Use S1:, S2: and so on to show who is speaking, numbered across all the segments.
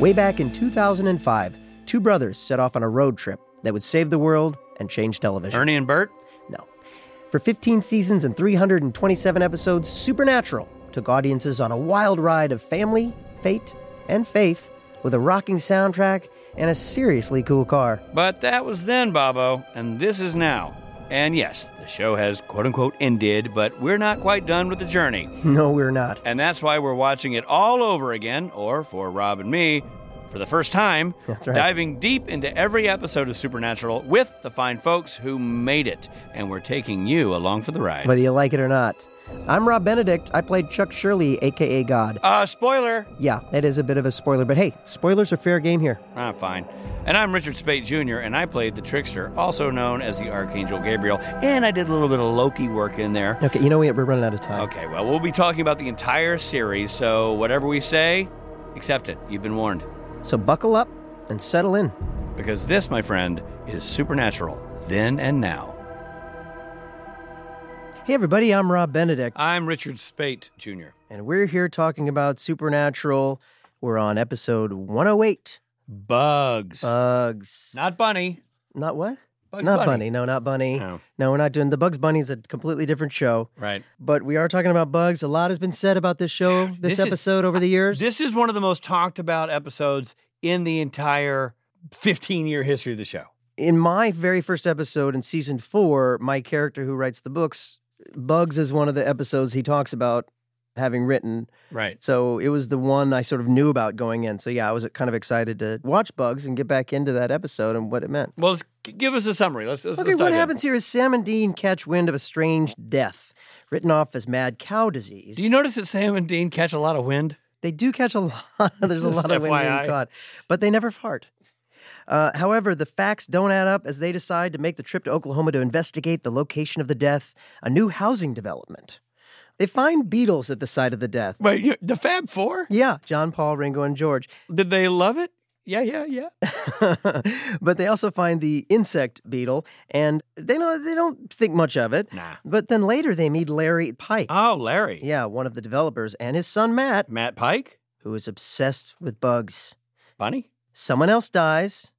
S1: Way back in 2005, two brothers set off on a road trip that would save the world and change television.
S2: Ernie and Bert?
S1: No. For 15 seasons and 327 episodes, Supernatural took audiences on a wild ride of family, fate, and faith with a rocking soundtrack and a seriously cool car.
S2: But that was then, Bobo, and this is now. And yes, the show has quote unquote ended, but we're not quite done with the journey.
S1: No, we're not.
S2: And that's why we're watching it all over again, or for Rob and me, for the first time,
S1: That's right.
S2: diving deep into every episode of Supernatural with the fine folks who made it. And we're taking you along for the ride.
S1: Whether you like it or not. I'm Rob Benedict. I played Chuck Shirley, aka God.
S2: uh, spoiler!
S1: Yeah, that is a bit of a spoiler, but hey, spoilers are fair game here.
S2: Ah, fine. And I'm Richard Spate Jr., and I played the Trickster, also known as the Archangel Gabriel. And I did a little bit of Loki work in there.
S1: Okay, you know what? We're running out of time.
S2: Okay, well, we'll be talking about the entire series, so whatever we say, accept it. You've been warned.
S1: So buckle up and settle in.
S2: Because this, my friend, is supernatural, then and now.
S1: Hey, everybody, I'm Rob Benedict,
S2: I'm Richard Spate Jr.
S1: and we're here talking about Supernatural. We're on episode 108
S2: Bugs.
S1: Bugs.
S2: Not Bunny.
S1: Not what?
S2: Bugs
S1: not bunny. No, not Bunny.
S2: Oh,
S1: No, we're not doing the Bugs Bunny. is a completely different show,
S2: right.
S1: but we are talking about bugs. A lot has been said about this show,
S2: Dude,
S1: this,
S2: this is-
S1: episode over the years.
S2: This is one of the most talked about episodes in the entire 15 year history of the show.
S1: in my very first episode in season four, my character who writes the books, Bugs is one of the episodes he talks about having written.
S2: Right.
S1: So it was the one I sort of knew about going in. So yeah, I was uh, kind of excited to watch Bugs and get back into that episode and what it meant.
S2: Well, let's, g- give us a summary. Let's, let's
S1: Okay,
S2: let's
S1: what
S2: dive in.
S1: happens here is Sam and Dean catch wind of a strange death, written off as mad cow disease.
S2: Do you notice that Sam and Dean catch a lot of wind?
S1: They do catch a lot. There's a
S2: Just
S1: lot of wind being
S2: FYI.
S1: caught, but they never fart. Uh, however, the facts don't add up as they decide to make the trip to Oklahoma to investigate the location of the death, a new housing development. They find beetles at the site of the death.
S2: Wait, you- the Fab Four?
S1: Yeah, John, Paul, Ringo, and George.
S2: Did they love it? Yeah, yeah, yeah.
S1: but they also find the insect beetle, and they know they don't think much of it.
S2: Nah.
S1: But then later they meet Larry Pike.
S2: Oh, Larry.
S1: Yeah, one of the developers, and his son Matt,
S2: Matt Pike?
S1: who is obsessed with bugs.
S2: Bunny?
S1: Someone else dies,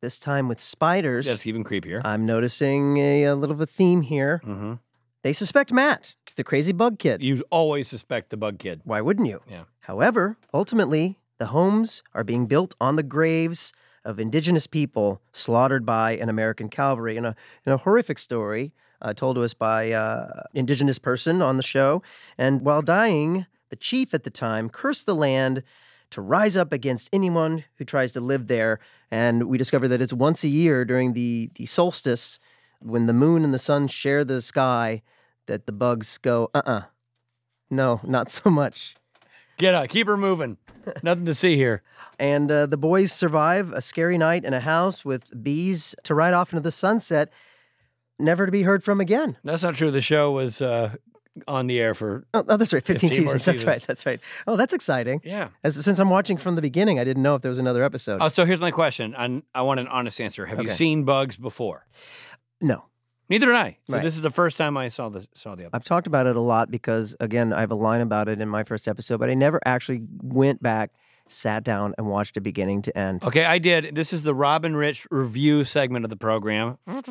S1: this time with spiders.
S2: That's even creepier.
S1: I'm noticing a, a little of a theme here.
S2: hmm
S1: They suspect Matt, the crazy bug kid.
S2: You always suspect the bug kid.
S1: Why wouldn't you?
S2: Yeah.
S1: However, ultimately, the homes are being built on the graves of indigenous people slaughtered by an American cavalry in a, in a horrific story uh, told to us by uh, indigenous person on the show. And while dying, the chief at the time cursed the land to rise up against anyone who tries to live there. And we discover that it's once a year during the, the solstice when the moon and the sun share the sky that the bugs go, uh-uh, no, not so much.
S2: Get up. Keep her moving. Nothing to see here.
S1: And uh, the boys survive a scary night in a house with bees to ride off into the sunset, never to be heard from again.
S2: That's not true. The show was uh, on the air for.
S1: Oh, oh, that's right, 15,
S2: 15 more
S1: seasons. That's
S2: seasons.
S1: right, that's right. Oh, that's exciting.
S2: Yeah.
S1: As, since I'm watching from the beginning, I didn't know if there was another episode.
S2: Oh, so here's my question. I, I want an honest answer. Have you
S1: Okay.
S2: seen Bugs before?
S1: no,
S2: Neither did I. So
S1: Right. Uh,
S2: this is the first time I saw the saw the episode.
S1: I've talked about it a lot because, again, I have a line about it in my first episode, but I never actually went back, sat down, and watched the beginning to end.
S2: Okay, I did. This is the Robin Rich review segment of the program. And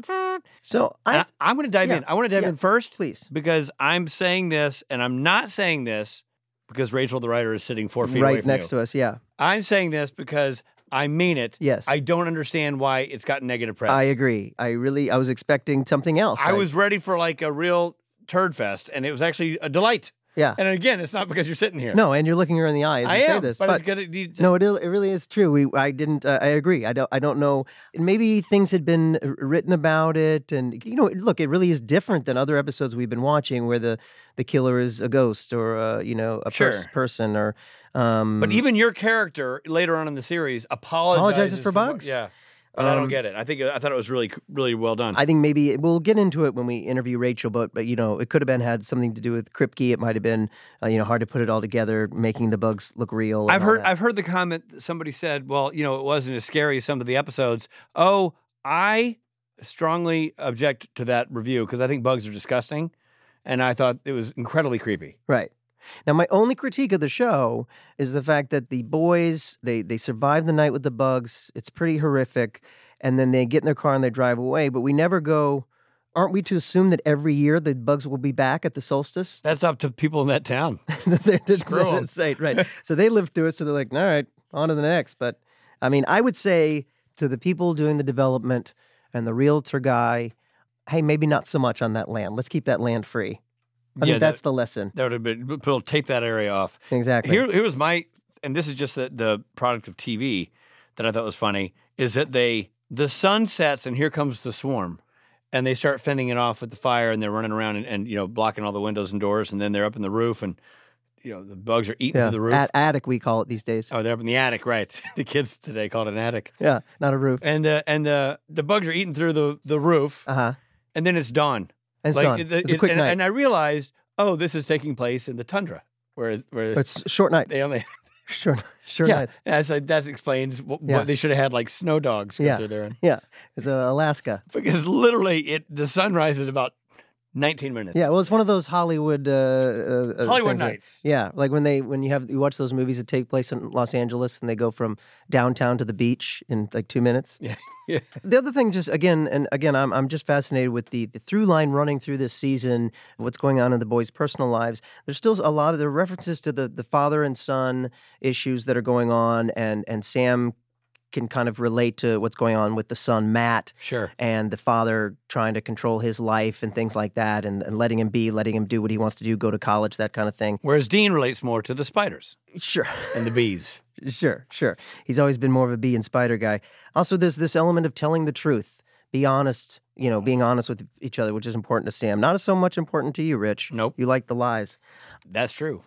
S1: So I,
S2: I, I'm going to dive
S1: yeah,
S2: in. I want to dive
S1: yeah.
S2: in first
S1: please,
S2: because I'm saying this, and I'm not saying this because Rachel, the writer, is sitting four feet away
S1: right
S2: from
S1: next
S2: you.
S1: to us. Yeah,
S2: I'm saying this because I mean it.
S1: yes.
S2: I don't understand why it's got negative press.
S1: I agree. I really, I was expecting something else.
S2: I was ready for like a real turd fest, and it was actually a delight.
S1: yeah.
S2: And again, it's not because you're sitting here.
S1: No, and you're looking her in the eye as
S2: I
S1: you
S2: am.
S1: say this.
S2: but,
S1: But
S2: it's gonna- you-
S1: no, it, it really is true. We, I didn't. Uh, I agree. I don't. I don't know. Maybe things had been uh, written about it, and you know, look, it really is different than other episodes we've been watching, where the the killer is a ghost or uh, you know a pers-
S2: Sure.
S1: person or. Um,
S2: but even your character later on in the series apologizes,
S1: Apologizes for
S2: bu-
S1: bugs?
S2: Yeah, but I
S1: Um,
S2: don't get it. I think I thought it was really really well done.
S1: I think maybe it- we'll get into it when we interview Rachel, but but you know it could have been had something to do with Kripke. It might have been uh, you know hard to put it all together, making the bugs look real. and
S2: I've
S1: all
S2: heard
S1: that.
S2: I've heard the comment that somebody said, well, you know, it wasn't as scary as some of the episodes. Oh, I strongly object to that review because I think bugs are disgusting, and I thought it was incredibly creepy.
S1: right. Now, my only critique of the show is the fact that the boys they they survive the night with the bugs. It's pretty horrific, and then they get in their car and they drive away. But we never go. Aren't we to assume that every year the bugs will be back at the solstice?
S2: That's up to people in that town.
S1: they're just
S2: Screw 'em.
S1: that's right, right. so they lived through it, so they're like, all right, on to the next. But I mean, I would say to the people doing the development and the realtor guy, hey, maybe not so much on that land. Let's keep that land free. I
S2: Yeah,
S1: think
S2: that-
S1: that's the lesson.
S2: That would have been, people take that area off.
S1: Exactly.
S2: Here, here was my, and this is just the, the product of TV that I thought was funny is that they the sun sets and here comes the swarm, and they start fending it off with the fire and they're running around and, and you know blocking all the windows and doors and then they're up in the roof and you know the bugs are eating
S1: yeah.
S2: through the roof.
S1: At- attic, we call it these days.
S2: oh, they're up in the attic, right? the kids today call it an attic.
S1: Yeah, not a roof.
S2: And the and the the bugs are eating through the the roof,
S1: Uh huh.
S2: and then it's dawn.
S1: And it's
S2: Like,
S1: done.
S2: it-
S1: it's a
S2: it-
S1: quick
S2: and,
S1: night.
S2: and I realized, oh, this is taking place in the tundra where where
S1: But it's short night.
S2: they only
S1: Short, short
S2: yeah,
S1: nights.
S2: that's like, that explains what,
S1: Yeah.
S2: what they should have had like snow dogs go
S1: Yeah.
S2: through there. And,
S1: Yeah. It's uh, Alaska.
S2: because literally, it the sunrise is about 19 minutes.
S1: Yeah. Well, it's one of those Hollywood. Uh, uh, uh,
S2: Hollywood
S1: things where-
S2: nights.
S1: Yeah, like when they when you have you watch those movies that take place in Los Angeles and they go from downtown to the beach in like two minutes.
S2: Yeah. Yeah.
S1: The other thing, just again and again, I'm I'm just fascinated with the the through line running through this season. What's going on in the boys' personal lives? There's still a lot of the references to the the father and son issues that are going on, and and Sam can kind of relate to what's going on with the son Matt
S2: Sure.
S1: and the father trying to control his life and things like that and, and letting him be letting him do what he wants to do go to college that kind of thing
S2: Whereas Dean relates more to the spiders
S1: sure
S2: and the bees.
S1: Sure, sure. He's always been more of a bee and spider guy. Also, there's this element of telling the truth, be honest, you know, being honest with each other, which is important to Sam. Not so much important to you, Rich.
S2: Nope.
S1: You like the lies.
S2: That's true.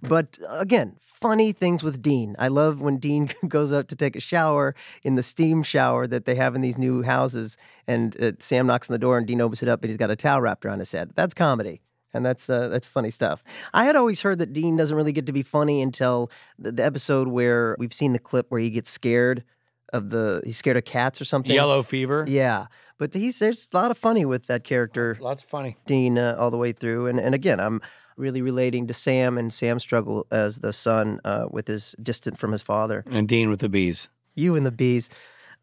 S1: But uh, again, funny things with Dean. I love when Dean goes out to take a shower in the steam shower that they have in these new houses, and uh, Sam knocks on the door, and Dean opens it up, and he's got a towel wrapped around his head. That's comedy. And that's uh, that's funny stuff. I had always heard that Dean doesn't really get to be funny until the, the episode where we've seen the clip where he gets scared of the he's scared of cats or something.
S2: Yellow fever.
S1: Yeah, but he's there's a lot of funny with that character.
S2: Lots of funny.
S1: Dean uh, all the way through. And and again, I'm really relating to Sam and Sam's struggle as the son uh, with his distant from his father.
S2: And Dean with the bees.
S1: You and the bees.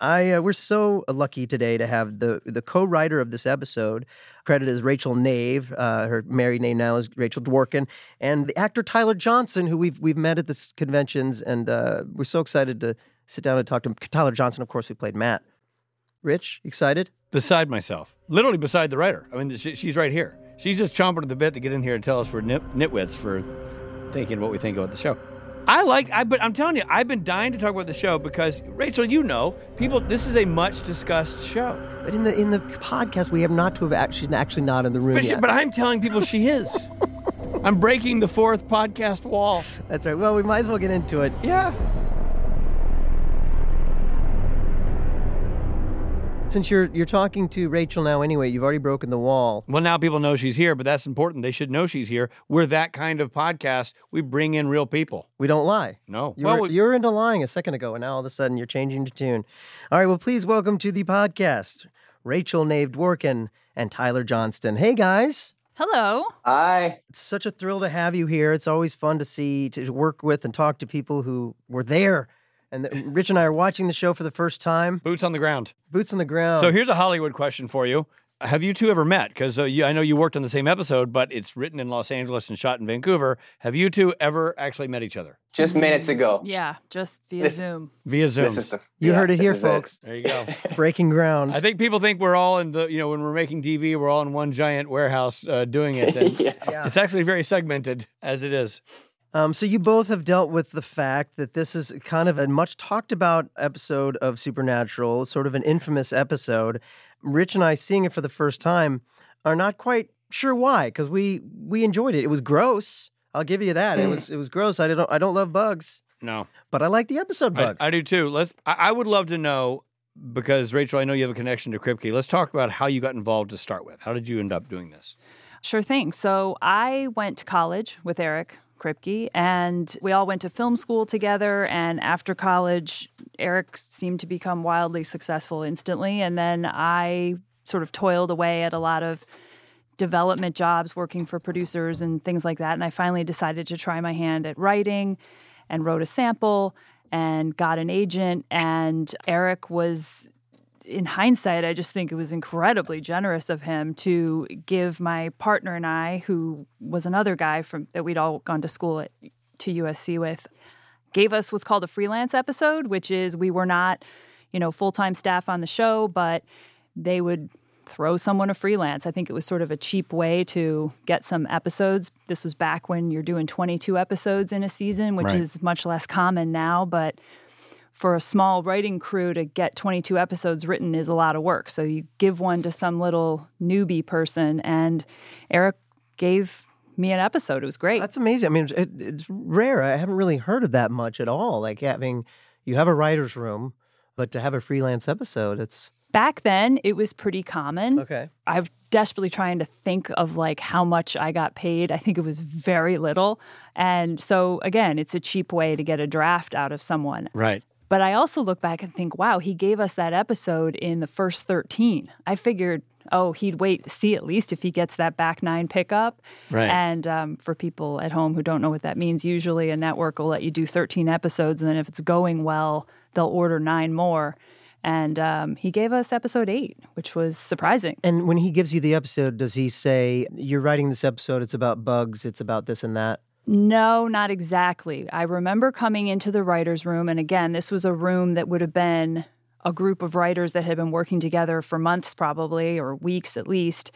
S1: I uh, we're so lucky today to have the the co-writer of this episode credited as Rachel Nave. Uh, her married name now is Rachel Dworkin, and the actor Tyler Johnson, who we've we've met at this conventions, and uh, we're so excited to sit down and talk to him. Tyler Johnson, of course, who played Matt. Rich, excited?
S2: Beside myself. Literally beside the writer. I mean, she, she's right here. She's just chomping at the bit to get in here and tell us we're nip, nitwits for thinking what we think about the show. I like, I but I'm telling you, I've been dying to talk about the show because Rachel, you know, people, this is a much discussed show.
S1: But in the in the podcast, we have not to have actually actually not in the room
S2: But, she,
S1: yet.
S2: but I'm telling people she is. I'm breaking the fourth podcast wall.
S1: That's right. Well, we might as well get into it.
S2: Yeah.
S1: Since you're you're talking to Rachel now anyway, you've already broken the wall.
S2: Well, now people know she's here, but that's important. They should know she's here. We're that kind of podcast. We bring in real people.
S1: We don't lie.
S2: No.
S1: You
S2: well,
S1: were,
S2: we-
S1: you were into lying a second ago, and now all of a sudden you're changing your tune. All right, well, please welcome to the podcast Rachel Nave Dworkin and Tyler Johnston. Hey, guys.
S3: Hello.
S4: Hi.
S1: It's such a thrill to have you here. It's always fun to see, to work with, and talk to people who were there. And that- Rich and I are watching the show for the first time.
S2: boots on the ground.
S1: Boots on the ground.
S2: So here's a Hollywood question for you. Have you two ever met? Because uh, you- I know you worked on the same episode, but it's written in Los Angeles and shot in Vancouver. Have you two ever actually met each other
S4: Just minutes ago.
S3: Yeah, just via
S4: This-
S3: Zoom.
S2: via Zoom?
S4: This is the,
S1: you
S4: yeah,
S1: heard it
S4: this
S1: here,
S4: is
S1: folks.
S2: there you go.
S1: Breaking ground.
S2: I think people think we're all in the, you know, when we're making TV, we're all in one giant warehouse uh, doing it. And
S4: yeah.
S1: Yeah.
S2: It's actually very segmented as it is.
S1: Um, so you both have dealt with the fact that this is kind of a much talked about episode of Supernatural, sort of an infamous episode. Rich and I, seeing it for the first time, are not quite sure why because we we enjoyed it. It was gross. I'll give you that. It
S2: Mm.
S1: was it was gross. I don't I don't love bugs,
S2: No.
S1: but I like the episode
S2: I,
S1: bugs.
S2: I do too. Let's. I, I would love to know because Rachel, I know you have a connection to Kripke. Let's talk about how you got involved to start with. How did you end up doing this?
S3: Sure thing. So I went to college with Eric Kripke, and we all went to film school together. And after college, Eric seemed to become wildly successful instantly. And then I sort of toiled away at a lot of development jobs working for producers and things like that. And I finally decided to try my hand at writing and wrote a sample and got an agent. And Eric was, in hindsight, I just think it was incredibly generous of him to give my partner and I, who was another guy from that we'd all gone to school at, to USC with, gave us what's called a freelance episode, which is we were not, you know, full time staff on the show, but they would throw someone a freelance. I think it was sort of a cheap way to get some episodes. This was back when you're doing 22 episodes in a season, which
S2: Right.
S3: is much less common now, but for a small writing crew to get 22 episodes written is a lot of work. So you give one to some little newbie person and Eric gave me an episode. It was great.
S1: That's amazing. I mean, it, it's rare. I haven't really heard of that much at all. Like having you have a writer's room, but to have a freelance episode, it's
S3: back then it was pretty common.
S2: Mm.
S1: okay.
S3: I was desperately trying to think of like how much I got paid. I think it was very little. And so again, it's a cheap way to get a draft out of someone.
S2: Right.
S3: But I also look back and think, wow, he gave us that episode in the first 13. I figured, oh, he'd wait, see at least if he gets that back nine pickup.
S2: Right.
S3: And um, for people at home who don't know what that means, usually a network will let you do 13 episodes. And then if it's going well, they'll order nine more. And um, he gave us episode eight, which was surprising.
S1: And when he gives you the episode, does he say you're writing this episode? It's about bugs. It's about this and that.
S3: No, not exactly. I remember coming into the writer's room, and again, this was a room that would have been a group of writers that had been working together for months, probably, or weeks at least.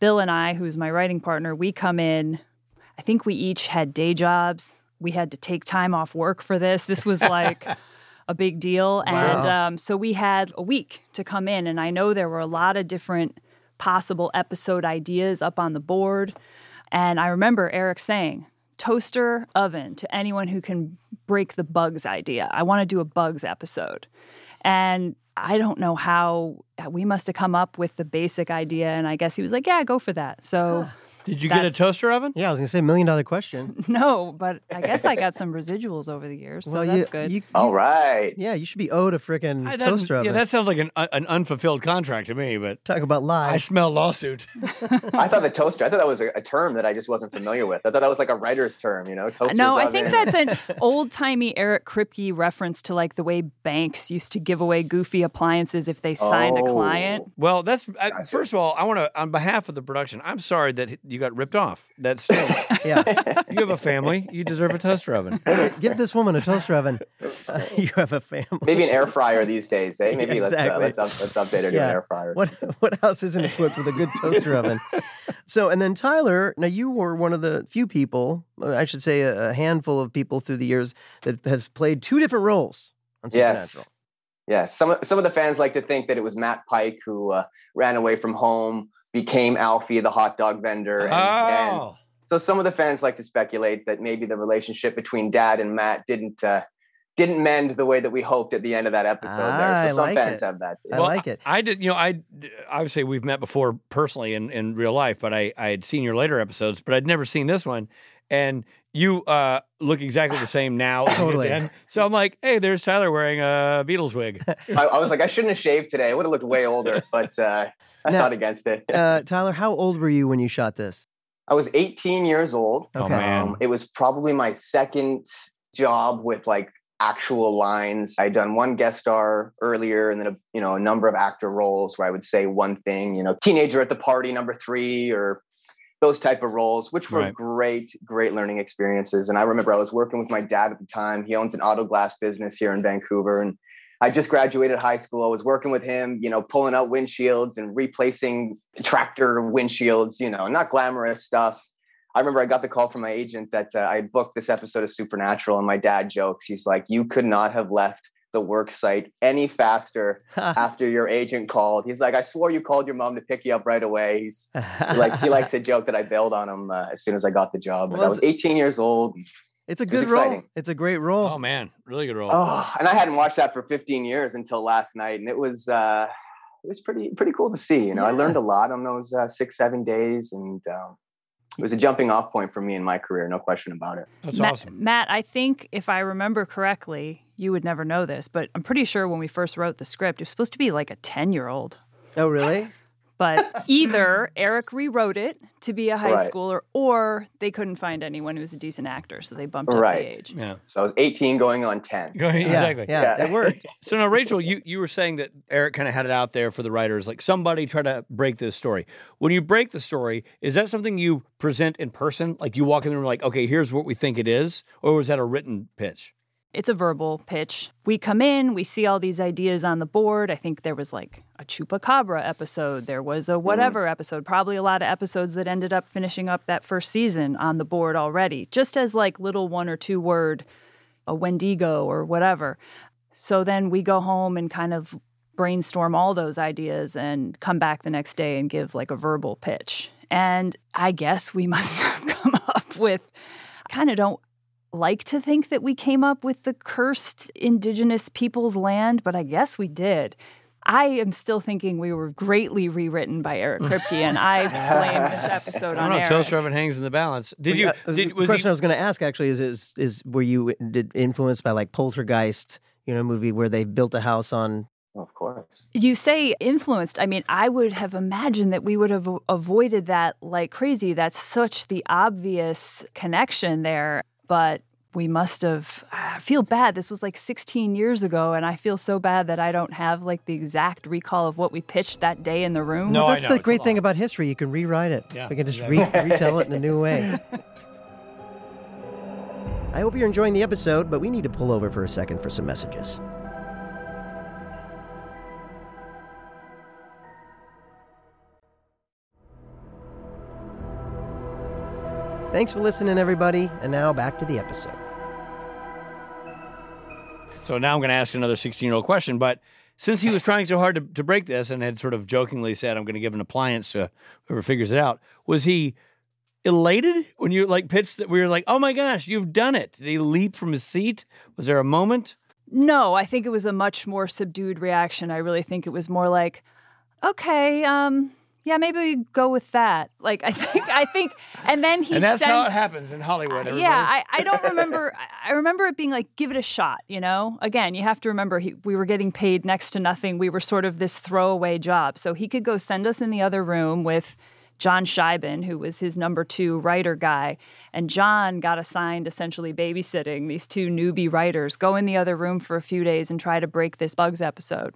S3: Bill and I, who's my writing partner, we come in. I think we each had day jobs. We had to take time off work for this. This was like a big deal. And um, so we had a week to come in. And I know there were a lot of different possible episode ideas up on the board. And I remember Eric saying, toaster oven to anyone who can break the bugs idea. I want to do a bugs episode. And I don't know how uh, we must have come up with the basic idea. And I guess he was like, yeah, go for that. So
S2: Did you get
S3: That's-
S2: a toaster oven?
S1: Yeah, I was gonna say million dollar question.
S3: no, but I guess I got some residuals over the years. So that's
S1: you,
S3: good.
S1: You, you-
S4: All right.
S1: yeah, you should be owed a freaking
S2: I- that-
S1: toaster oven.
S2: Yeah, that sounds like an uh, an unfulfilled contract to me, but
S1: Talk about
S2: I
S1: lies.
S2: smell lawsuit.
S4: I thought the toaster. I thought that was a, a term that I just wasn't familiar with. I thought that was like a writer's term, you know, toaster.
S3: no, I think that's an old timey Eric Kripke reference to like the way banks used to give away goofy appliances if they signed a
S4: Oh.
S3: client.
S2: Well, that's I, first of all, I want to on behalf of the production. I'm sorry that h- you got ripped off. That stinks.
S1: yeah,
S4: Oh.
S2: you have a family. You deserve a toaster oven.
S1: give this woman a toaster oven. Uh, you have a family.
S4: maybe an air fryer these days. Eh? Maybe
S1: exactly.
S4: let's, uh, let's up, let's update her to an air fryer.
S1: What what house isn't equipped with a good toaster oven? So, and then Tyler, now you were one of the few people, uh, I should say, a, a handful of people through the years that has played two different roles on
S4: Yes.
S1: Supernatural.
S4: Yes. Some some of the fans like to think that it was Matt Pike who uh, ran away from home, became Alfie, the hot dog vendor, and, and
S2: Oh,
S4: so some of the fans like to speculate that maybe the relationship between dad and Matt didn't uh, didn't mend the way that we hoped at the end of that episode
S1: Ah,
S4: there.
S1: I
S4: So some
S1: like
S4: fans
S1: it.
S4: have that.
S1: I
S2: Well,
S1: like it.
S2: I did. You know, I obviously we've met before personally in, in real life, but I I had seen your later episodes, but I'd never seen this one, and you uh, look exactly the same now. as you did
S1: Totally.
S2: then. So I'm like, hey, there's Tyler wearing a Beatles wig. Oh,
S4: I, I was like, I shouldn't have shaved today. I would have looked way older, but uh, I
S1: Now-
S4: thought against it.
S1: Uh, Tyler, how old were you when you shot this?
S4: I was 18 years old.
S2: Oh
S1: Okay.
S2: man.
S4: Um, it was probably my second job with like actual lines. I'd done one guest star earlier, and then a, you know a number of actor roles where I would say one thing. You know, teenager at the party number three, or those type of roles, which were
S2: Right.
S4: great, great learning experiences. And I remember I was working with my dad at the time. He owns an auto glass business here in Vancouver, and I just graduated high school. I was working with him, you know, pulling out windshields and replacing tractor windshields, you know, not glamorous stuff. I remember I got the call from my agent that uh, I had booked this episode of Supernatural, and my dad jokes. He's like, You could not have left the work site any faster after your agent called. He's like, I swore you called your mom to pick you up right away. He's, he likes he likes to joke that I bailed on him uh, as soon as I got the job. But
S1: Well,
S4: I was 18 years old.
S1: it's a
S4: was
S1: good role.
S4: exciting.
S1: It's a great role.
S2: Oh man, really good role.
S4: Oh, and I hadn't watched that for 15 years until last night, and it was uh, it was pretty pretty cool to see. You know, I
S1: Yeah.
S4: learned a lot on those uh, six seven days, and um, it was a jumping off point for me in my career, no question about it.
S2: That's
S3: Matt,
S2: awesome.
S3: Matt, I think if I remember correctly, you would never know this, but I'm pretty sure when we first wrote the script, it was supposed to be like a 10 year old.
S1: Oh, really?
S3: But either Eric rewrote it to be a high
S4: Right.
S3: schooler, or they couldn't find anyone who was a decent actor, so they bumped up
S4: Right.
S3: the age.
S2: Yeah.
S4: So I was 18 going on 10.
S2: Go ahead,
S1: Yeah,
S2: exactly.
S1: Yeah,
S4: Yeah.
S1: it worked.
S2: So now, Rachel, you, you were saying that Eric kind of had it out there for the writers, like somebody try to break this story. When you break the story, is that something you present in person? Like you walk in the room, like, okay, here's what we think it is, or was that a written pitch?
S3: It's a verbal pitch. We come in, we see all these ideas on the board. I think there was like a chupacabra episode, there was a whatever episode, probably a lot of episodes that ended up finishing up that first season on the board already, just as like little one or two word, a Wendigo or whatever. So then we go home and kind of brainstorm all those ideas and come back the next day and give like a verbal pitch. And I guess we must have come up with I kind of don't like to think that we came up with the cursed indigenous people's land, but I guess we did. I am still thinking we were greatly rewritten by Eric Kripke, and I blame this episode
S2: I
S3: on
S2: don't know.
S3: Eric.
S2: Toaster oven hangs in the balance. Did you?
S1: Uh,
S2: Did,
S1: the
S2: was
S1: question I
S2: he,
S1: was going to ask actually is, is is were you did influenced by like Poltergeist, you know, movie where they built a house on?
S4: Of course.
S3: You say influenced. I mean, I would have imagined that we would have avoided that like crazy. That's such the obvious connection there, but we must have. I feel bad. This was like 16 years ago, and I feel so bad that I don't have like the exact recall of what we pitched that day in the room.
S2: No,
S1: well,
S2: Oh, I
S1: that's
S2: know,
S1: the
S2: it's a
S1: great thing
S2: lot.
S1: about history. You can rewrite it.
S2: Yeah,
S1: we can just
S2: exactly.
S1: re- retell it in a new way. I hope you're enjoying the episode, but we need to pull over for a second for some messages. Thanks for listening, everybody. And now back to the episode.
S2: so now I'm going to ask another 16 year old question, but. Since he was trying so hard to, to break this and had sort of jokingly said, I'm going to give an appliance to whoever figures it out, was he elated when you like pitched that we were like, oh my gosh, you've done it? Did he leap from his seat? Was there a moment?
S3: No, I think it was a much more subdued reaction. I really think it was more like, okay, um, yeah, maybe we go with that. Like, I think, I think, and then he
S2: and that's
S3: sent,
S2: how it happens in Hollywood. Everybody.
S3: Yeah, I, I don't remember. I- I remember it being like, give it a shot, you know? Again, you have to remember he, we were getting paid next to nothing. We were sort of this throwaway job. So he could go send us in the other room with John Scheiben, who was his number two writer guy. And John got assigned essentially babysitting these two newbie writers, go in the other room for a few days and try to break this Bugs episode.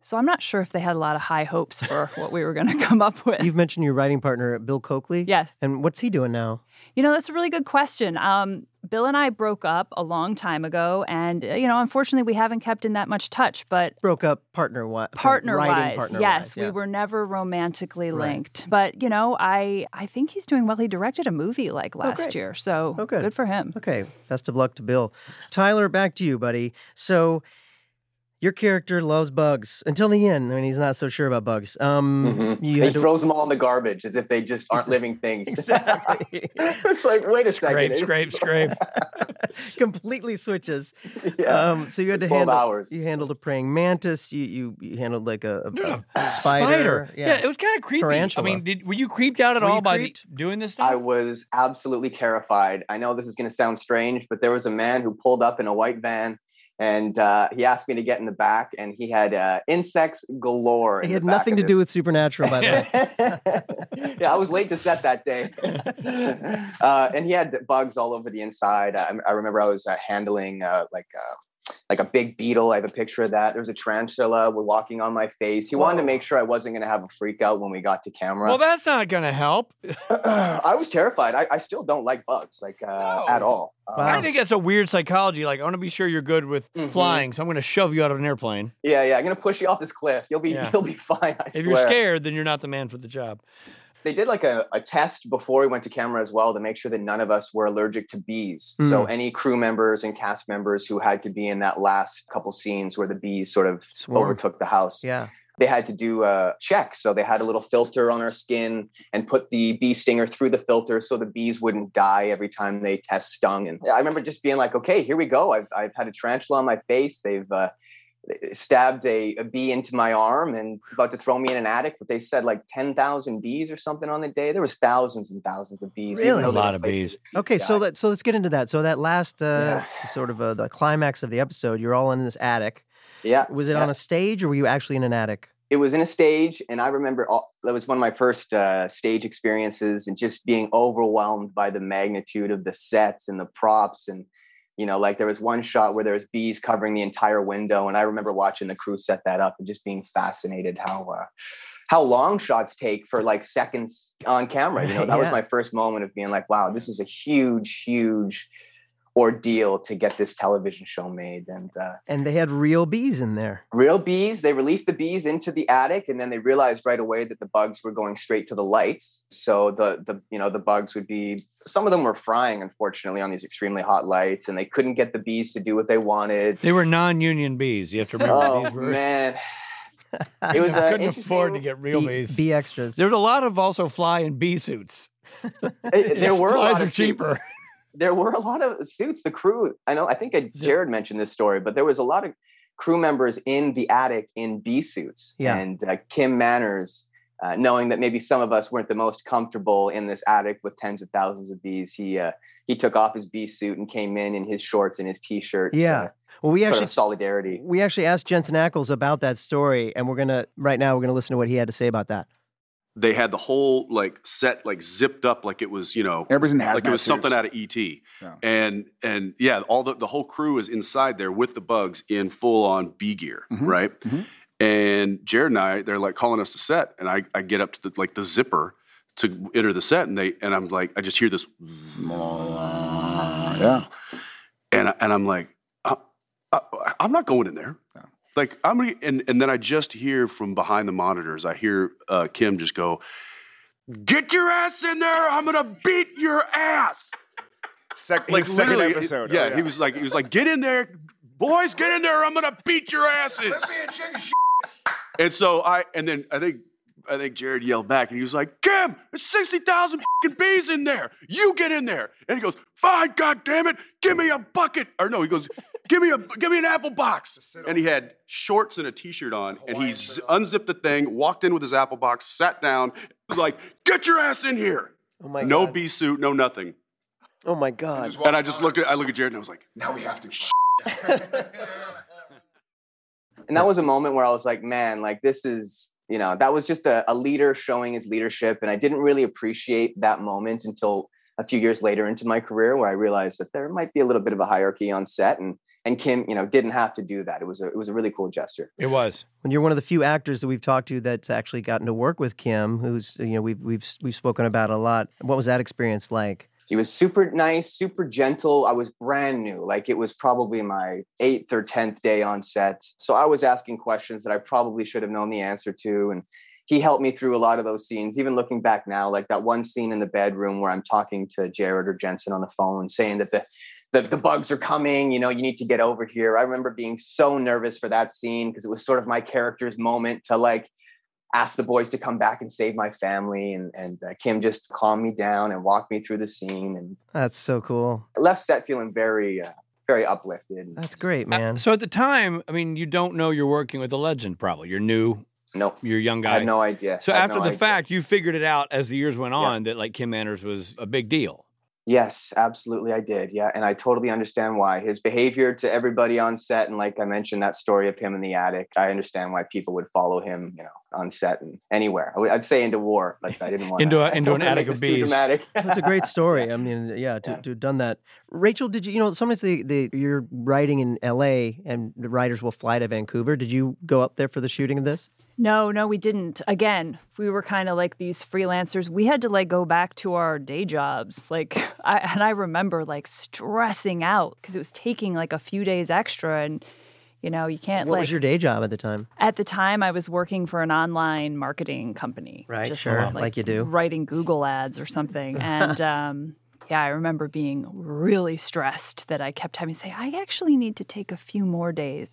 S3: So I'm not sure if they had a lot of high hopes for what we were going to come up with.
S1: You've mentioned your writing partner, Bill Coakley.
S3: Yes.
S1: And what's he doing now?
S3: You know, that's a really good question. Um, Bill and I broke up a long time ago, and uh, you know, unfortunately, we haven't kept in that much touch. But
S1: Broke up partner wise.
S3: partner-wise, yes,
S1: yeah.
S3: we were never romantically
S1: Right.
S3: linked. But you know, I I think he's doing well. He directed a movie like last
S1: great.
S3: year, so
S1: Oh, good.
S3: good. for him.
S1: Okay, best of luck to Bill. Tyler, back to you, buddy. So, your character loves bugs until the end. I mean, he's not so sure about bugs. Um,
S4: Mhm.
S1: you
S4: He
S1: had to
S4: throws them all in the garbage as if they just aren't living things.
S1: exactly
S4: it's like, wait a
S2: Scrape,
S4: second. it's-
S2: scrape, scrape.
S1: completely switches.
S4: Yeah.
S1: Um, so you had to
S4: 12
S1: handle
S4: hours.
S1: you handled a praying mantis. You you, you handled like a, a- a
S2: Spider.
S1: spider.
S2: Yeah. it was kind of creepy.
S1: Tarantula.
S2: I mean, did, were you creeped out at
S1: Were you
S2: all by the,
S1: creeped?
S2: doing this stuff?
S4: I was absolutely terrified. I know this is going to sound strange, but there was a man who pulled up in a white van and uh, he asked me to get in the back, and he had uh, insects galore. in
S1: It
S4: the
S1: had
S4: back
S1: nothing
S4: of
S1: to
S4: his
S1: do with supernatural, by the way.
S4: yeah, I was late to set that day. uh, and he had bugs all over the inside. I, I remember I was uh, handling uh, like uh, like a big beetle. I have a picture of that. There was a tarantula were walking on my face. He wanted to
S1: Whoa.
S4: make sure I wasn't going to have a freak out when we got to camera.
S2: well, that's not going to help.
S4: I was terrified. I, I still don't like bugs like uh,
S2: No.
S4: at all. Um,
S1: Wow.
S2: I think that's a weird psychology. Like, I want to be sure you're good with
S4: Mhm.
S2: flying, so I'm going to shove you out of an airplane.
S4: Yeah, yeah. I'm gonna push you off this cliff. You'll be
S2: Yeah.
S4: you'll be fine. I
S2: If
S4: swear.
S2: you're scared, then you're not the man for the job.
S4: they did like a, a test before we went to camera as well to make sure that none of us were allergic to bees. So any crew members and cast members who had to be in that last couple scenes where the bees sort of
S1: Swarm.
S4: overtook the house,
S1: Yeah.
S4: they had to do a check. So they had a little filter on our skin and put the bee stinger through the filter so the bees wouldn't die every time they test stung. And I remember just being like, okay, here we go. I've, I've had a tarantula on my face. They've uh, stabbed a, a bee into my arm and about to throw me in an attic. But they said like 10,000 bees or something on the day. There was thousands and thousands of bees. even
S1: Really?
S4: though
S1: A
S4: they
S2: lot of
S4: replaced
S2: bees.
S4: the
S1: Okay, so
S4: CGI.
S1: let so let's get into that. So that last uh, sort of uh, the climax of the episode, you're all in this attic.
S4: yeah.
S1: Was it on a stage or were you actually in an attic?
S4: it was in a stage and i remember all, that was one of my first uh, stage experiences and just being overwhelmed by the magnitude of the sets and the props and you know like there was one shot where there was bees covering the entire window and i remember watching the crew set that up and just being fascinated how uh, how long shots take for like seconds on camera you know that was
S1: Yeah.
S4: my first moment of being like wow this is a huge huge ordeal to get this television show made and uh,
S1: And they had real bees in there.
S4: real bees. They released the bees into the attic, and then they realized right away that the bugs were going straight to the lights. So the the you know the bugs would be some of them were frying, unfortunately, on these extremely hot lights, and they couldn't get the bees to do what they wanted.
S2: They were non-union bees. You have to remember
S4: Oh
S2: these were.
S4: man, it was uh,
S2: couldn't afford to
S4: interesting-
S2: get real
S1: Bee-
S2: bees.
S1: bee extras.
S2: There's a lot of also fly and bee suits.
S4: eh, There were a
S2: flies
S4: lot
S2: are
S4: of
S2: cheaper.
S4: suits. There were a lot of suits. The crew. I know. I think I,
S2: it-
S4: Jared mentioned this story, but there was a lot of crew members in the attic in bee suits.
S1: Yeah.
S4: And uh, Kim Manners, uh, knowing that maybe some of us weren't the most comfortable in this attic with tens of thousands of bees, he uh, he took off his bee suit and came in in his shorts and his t-shirt.
S1: Yeah. Well, we
S4: Uh, sort
S1: actually
S4: of solidarity.
S1: we actually asked Jensen Ackles about that story, and we're gonna right now we're gonna listen to what he had to say about that.
S5: they had the whole like set like zipped up like it was you know
S6: Everybody's in hazmat
S5: like it was something
S6: suits.
S5: out of ET.
S6: Yeah.
S5: And and yeah, all the the whole crew is inside there with the bugs in full on bee gear, right?
S6: Mhm.
S5: And Jared and I, they're like calling us to set, and I I get up to the, like the zipper to enter the set, and they and I'm like I just hear this,
S6: Yeah.
S5: and I, and I'm like I, I, I'm not going in there. Like I'm gonna, and and then I just hear from behind the monitors, I hear uh, Kim just go. Get your ass in there! I'm gonna beat your ass.
S6: Sec-
S5: like
S6: his second
S5: literally,
S6: episode.
S5: it- yeah,
S6: Oh,
S5: he was like, he was like, get in there, boys, get in there. I'm gonna beat your asses. and so I, and then I think, I think Jared yelled back, and he was like, Kim, there's sixty thousand fucking bees in there. You get in there. And he goes, fine, god damn it, give me a bucket. Or no, he goes. Give me a give me an apple box, and he had shorts and a T-shirt on, and he z- unzipped the thing, walked in with his apple box, sat down, was like, "Get your ass in here!"
S1: Oh my
S5: no
S1: god!
S5: bee suit, no nothing.
S1: oh my god!
S5: And I just look at I look at Jared and I was like,
S6: Now we have to.
S4: and that was a moment where I was like, man, like this is, you know, that was just a, a leader showing his leadership. And I didn't really appreciate that moment until a few years later into my career where I realized that there might be a little bit of a hierarchy on set and and Kim, you know, didn't have to do that. It was a it was a really cool gesture.
S2: It was.
S1: When you're one of the few actors that we've talked to that's actually gotten to work with Kim, who's you know we've we've we've spoken about a lot. What was that experience like?
S4: He was super nice, super gentle. I was brand new. Like it was probably my eighth or 10th day on set. So I was asking questions that I probably should have known the answer to. And he helped me through a lot of those scenes, even looking back now, like that one scene in the bedroom where I'm talking to Jared or Jensen on the phone saying that the that the bugs are coming, you know, you need to get over here. I remember being so nervous for that scene because it was sort of my character's moment to like asked the boys to come back and save my family and, and uh, kim just calmed me down and walked me through the scene and
S1: That's so cool.
S4: I left set feeling very uh, very uplifted
S1: That's great,
S2: Uh,
S1: man.
S2: so at the time, I mean, you don't know you're working with a legend. Probably you're new,
S4: no
S2: you're a young
S4: i
S2: guy.
S4: had no idea
S2: so
S4: I had
S2: after
S4: no
S2: the
S4: idea.
S2: fact, you figured it out as the years went on that like Kim Manners was a big deal.
S4: yes absolutely i did yeah and i totally understand why his behavior to everybody on set and like i mentioned that story of him in the attic i understand why people would follow him you know on set and anywhere I would- i'd say into war but i didn't want
S2: Into a- into an attic of bees.
S4: dramatic
S1: That's a great story. I mean, yeah, to,
S4: Yeah.
S1: to have done that. Rachel, did you, you know, sometimes the, the, you're writing in LA and the writers will fly to Vancouver. Did you go up there for the shooting of this?
S3: No, no, we didn't. Again, we were kind of like these freelancers. We had to like go back to our day jobs. Like, I, and I remember like stressing out because it was taking like a few days extra, and you know, you can't
S1: What
S3: like.
S1: was your day job at the time?
S3: At the time, I was working for an online marketing company.
S1: Right, sure, like you do.
S3: Writing Google ads or something. And um, yeah, I remember being really stressed that I kept having to say, I actually need to take a few more days.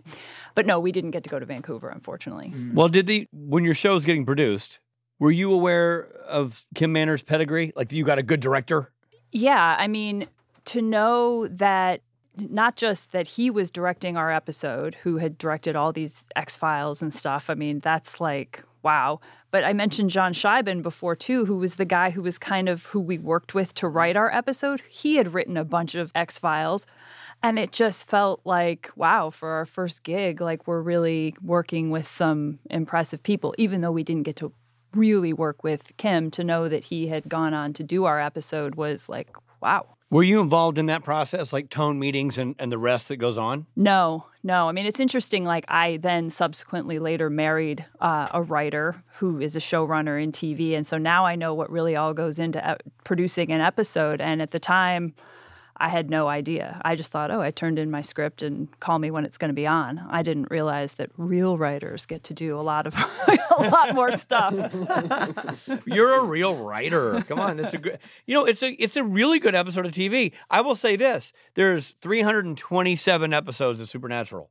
S3: But no, we didn't get to go to Vancouver, unfortunately.
S2: Well, did the when your show's getting produced, were you aware of Kim Manners' pedigree? Like you got a good director?
S3: Yeah, I mean, to know that not just that he was directing our episode, who had directed all these X Files and stuff, I mean, that's like, wow. But I mentioned John Scheiben before too, who was the guy who was kind of who we worked with to write our episode. He had written a bunch of X Files, and it just felt like wow for our first gig, like we're really working with some impressive people, even though we didn't get to really work with Kim. To know that he had gone on to do our episode was like wow.
S2: Were you involved in that process, like tone meetings and, and the rest that goes on?
S3: No, no. I mean, it's interesting. Like, I then subsequently later married uh, a writer who is a showrunner in TV. And so now I know what really all goes into e- producing an episode. And at the time, I had no idea. I just thought, oh, I turned in my script and call me when it's going to be on. I didn't realize that real writers get to do a lot of a lot more stuff.
S2: You're a real writer. Come on, this is a good. You know, it's a it's a really good episode of TV. I will say this: there's 327 episodes of Supernatural.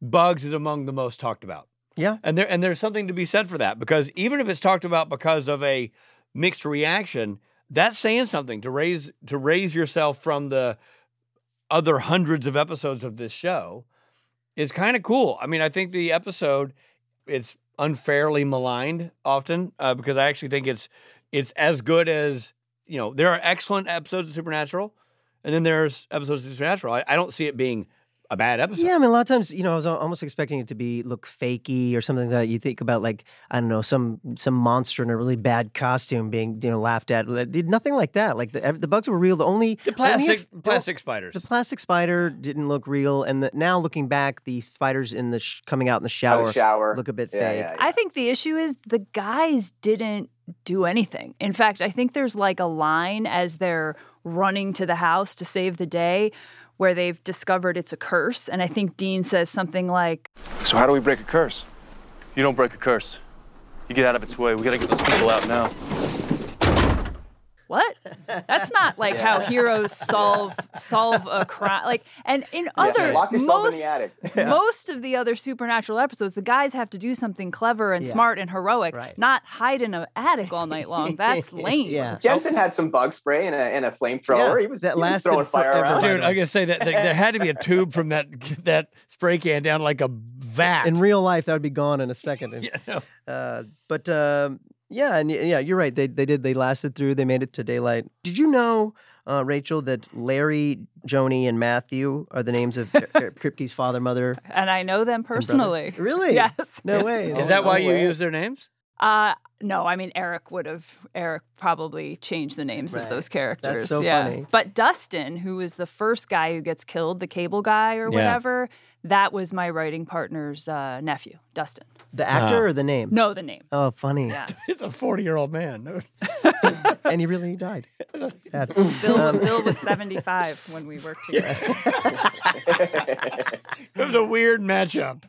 S2: Bugs is among the most talked about,
S1: Yeah.
S2: and there and there's something to be said for that because even if it's talked about because of a mixed reaction, that's saying something to raise to raise yourself from the other hundreds of episodes of this show is kind of cool. I mean, I think the episode it's unfairly maligned often uh, because I actually think it's it's as good as you know there are excellent episodes of Supernatural, and then there's episodes of Supernatural. I, I don't see it being a bad episode.
S1: Yeah, I mean, a lot of times, you know, I was al- almost expecting it to be look fakey or something that you think about, like I don't know, some some monster in a really bad costume being you know laughed at. It did nothing like that. Like the, the bugs were real. The only
S2: The
S1: only
S2: plastic
S1: if-
S2: plastic spiders.
S1: The plastic spider didn't look real, and the, now looking back, the spiders in the sh- coming out in the shower,
S4: Out of the shower.
S1: look a bit
S4: Yeah,
S1: fake.
S4: yeah, yeah.
S3: I think the issue is the guys didn't do anything. In fact, I think there's like a line as they're running to the house to save the day where they've discovered it's a curse. And I think Dean says something like,
S6: So how do we break a curse?
S7: You don't break a curse. You get out of its way. We gotta get those people out now.
S3: What? That's not like how heroes solve solve a crime. Like and in other
S4: Lock yourself
S3: most
S4: in the attic.
S3: most of the other supernatural episodes, the guys have to do something clever and
S1: Yeah.
S3: smart and heroic,
S1: Right.
S3: not hide in an attic all night long. That's lame.
S1: Yeah.
S4: Jensen had some bug spray and a, and a flamethrower.
S1: Yeah,
S4: he was,
S1: that
S4: he was
S1: lasted
S4: throwing fire
S1: forever.
S4: around.
S1: Dude,
S2: Dude, I gotta say that, that there had to be a tube from that that spray can down like a vat.
S1: In real life, that would be gone in a second. And,
S2: no.
S1: uh, but um, yeah, and y- yeah, you're right. They they did. They lasted through. They made it to daylight. Did you know, uh, Rachel, that Larry, Joni, and Matthew are the names of Kripke's father, mother, and
S3: And I know them
S1: brother?
S3: personally.
S1: Really?
S3: Yes.
S1: No way. Oh,
S2: Is that why
S4: no
S2: you
S4: way.
S2: use their names?
S3: Uh no, I mean Eric would have Eric probably changed the names of those characters.
S1: so
S3: yeah.
S1: funny.
S3: But Dustin, who was the first guy who gets killed, the cable guy or
S2: Yeah.
S3: whatever, that was my writing partner's uh, nephew, Dustin.
S1: the actor
S2: uh,
S1: or the name?
S3: No, the name.
S1: Oh, funny.
S3: Yeah.
S2: It's a forty-year-old man.
S1: And he really died. Sad. Um,
S3: Bill, Bill was 75 when we worked together.
S2: It was a weird matchup.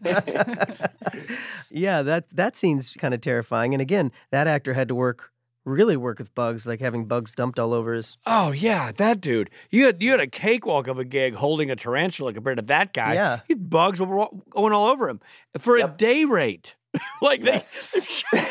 S1: Yeah, that that scene's kind of terrifying. And again, that actor had to work really work with bugs, like having bugs dumped all over his.
S2: Oh yeah, that dude. You had you had a cakewalk of a gig holding a tarantula compared to that guy.
S1: Yeah.
S2: his bugs were wa- going all over him for a day rate. like they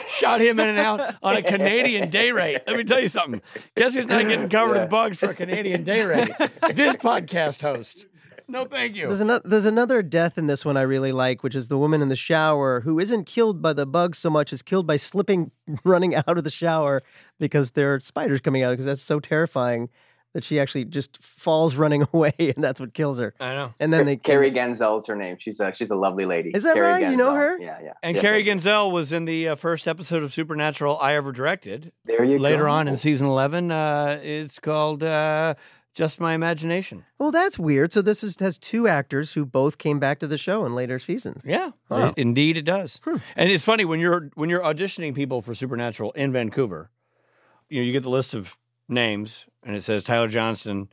S2: shot him in and out on a Canadian day rate. Let me tell you something. Guess who's not getting covered with bugs for a Canadian day rate? this podcast host. No, thank you.
S1: There's another there's another death in this one I really like, which is the woman in the shower who isn't killed by the bugs so much as killed by slipping, running out of the shower because there are spiders coming out. Because that's so terrifying that she actually just falls running away, and that's what kills her.
S2: I know.
S1: And then they
S4: Carrie Genzel is her name. She's a she's a lovely lady.
S1: Is that
S4: Carrie
S1: right? You know
S4: Genzel.
S1: her?
S4: Yeah, yeah.
S2: And
S4: Yeah.
S2: Carrie Ginzel was in the uh, first episode of Supernatural I ever directed.
S4: There you
S2: Later
S4: go.
S2: on in season eleven, uh, it's called uh, "Just My Imagination."
S1: Well, that's weird. So this is has two actors who both came back to the show in later seasons.
S2: Yeah,
S1: Wow.
S2: i- indeed it does. And it's funny when you're when you're auditioning people for Supernatural in Vancouver, you know, you get the list of names and it says Tyler Johnston,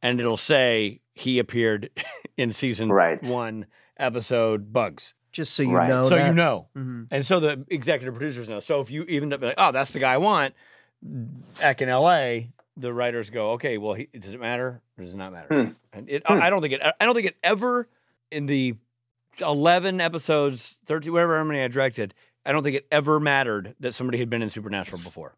S2: and it'll say he appeared in season
S4: Right.
S2: one episode Bugs.
S1: Just so you
S4: Right.
S1: know.
S2: so
S1: Oh, that-
S2: you know,
S1: Mhm.
S2: and so the executive producers know. So if you even up like, oh, that's the guy I want, back in L.A., the writers go, okay, well, he, does it matter? Or does it not matter?
S4: Hmm.
S2: And it, I, I don't think it. I don't think it ever in the eleven episodes, thirteen, whatever how many I directed. I don't think it ever mattered that somebody had been in Supernatural before.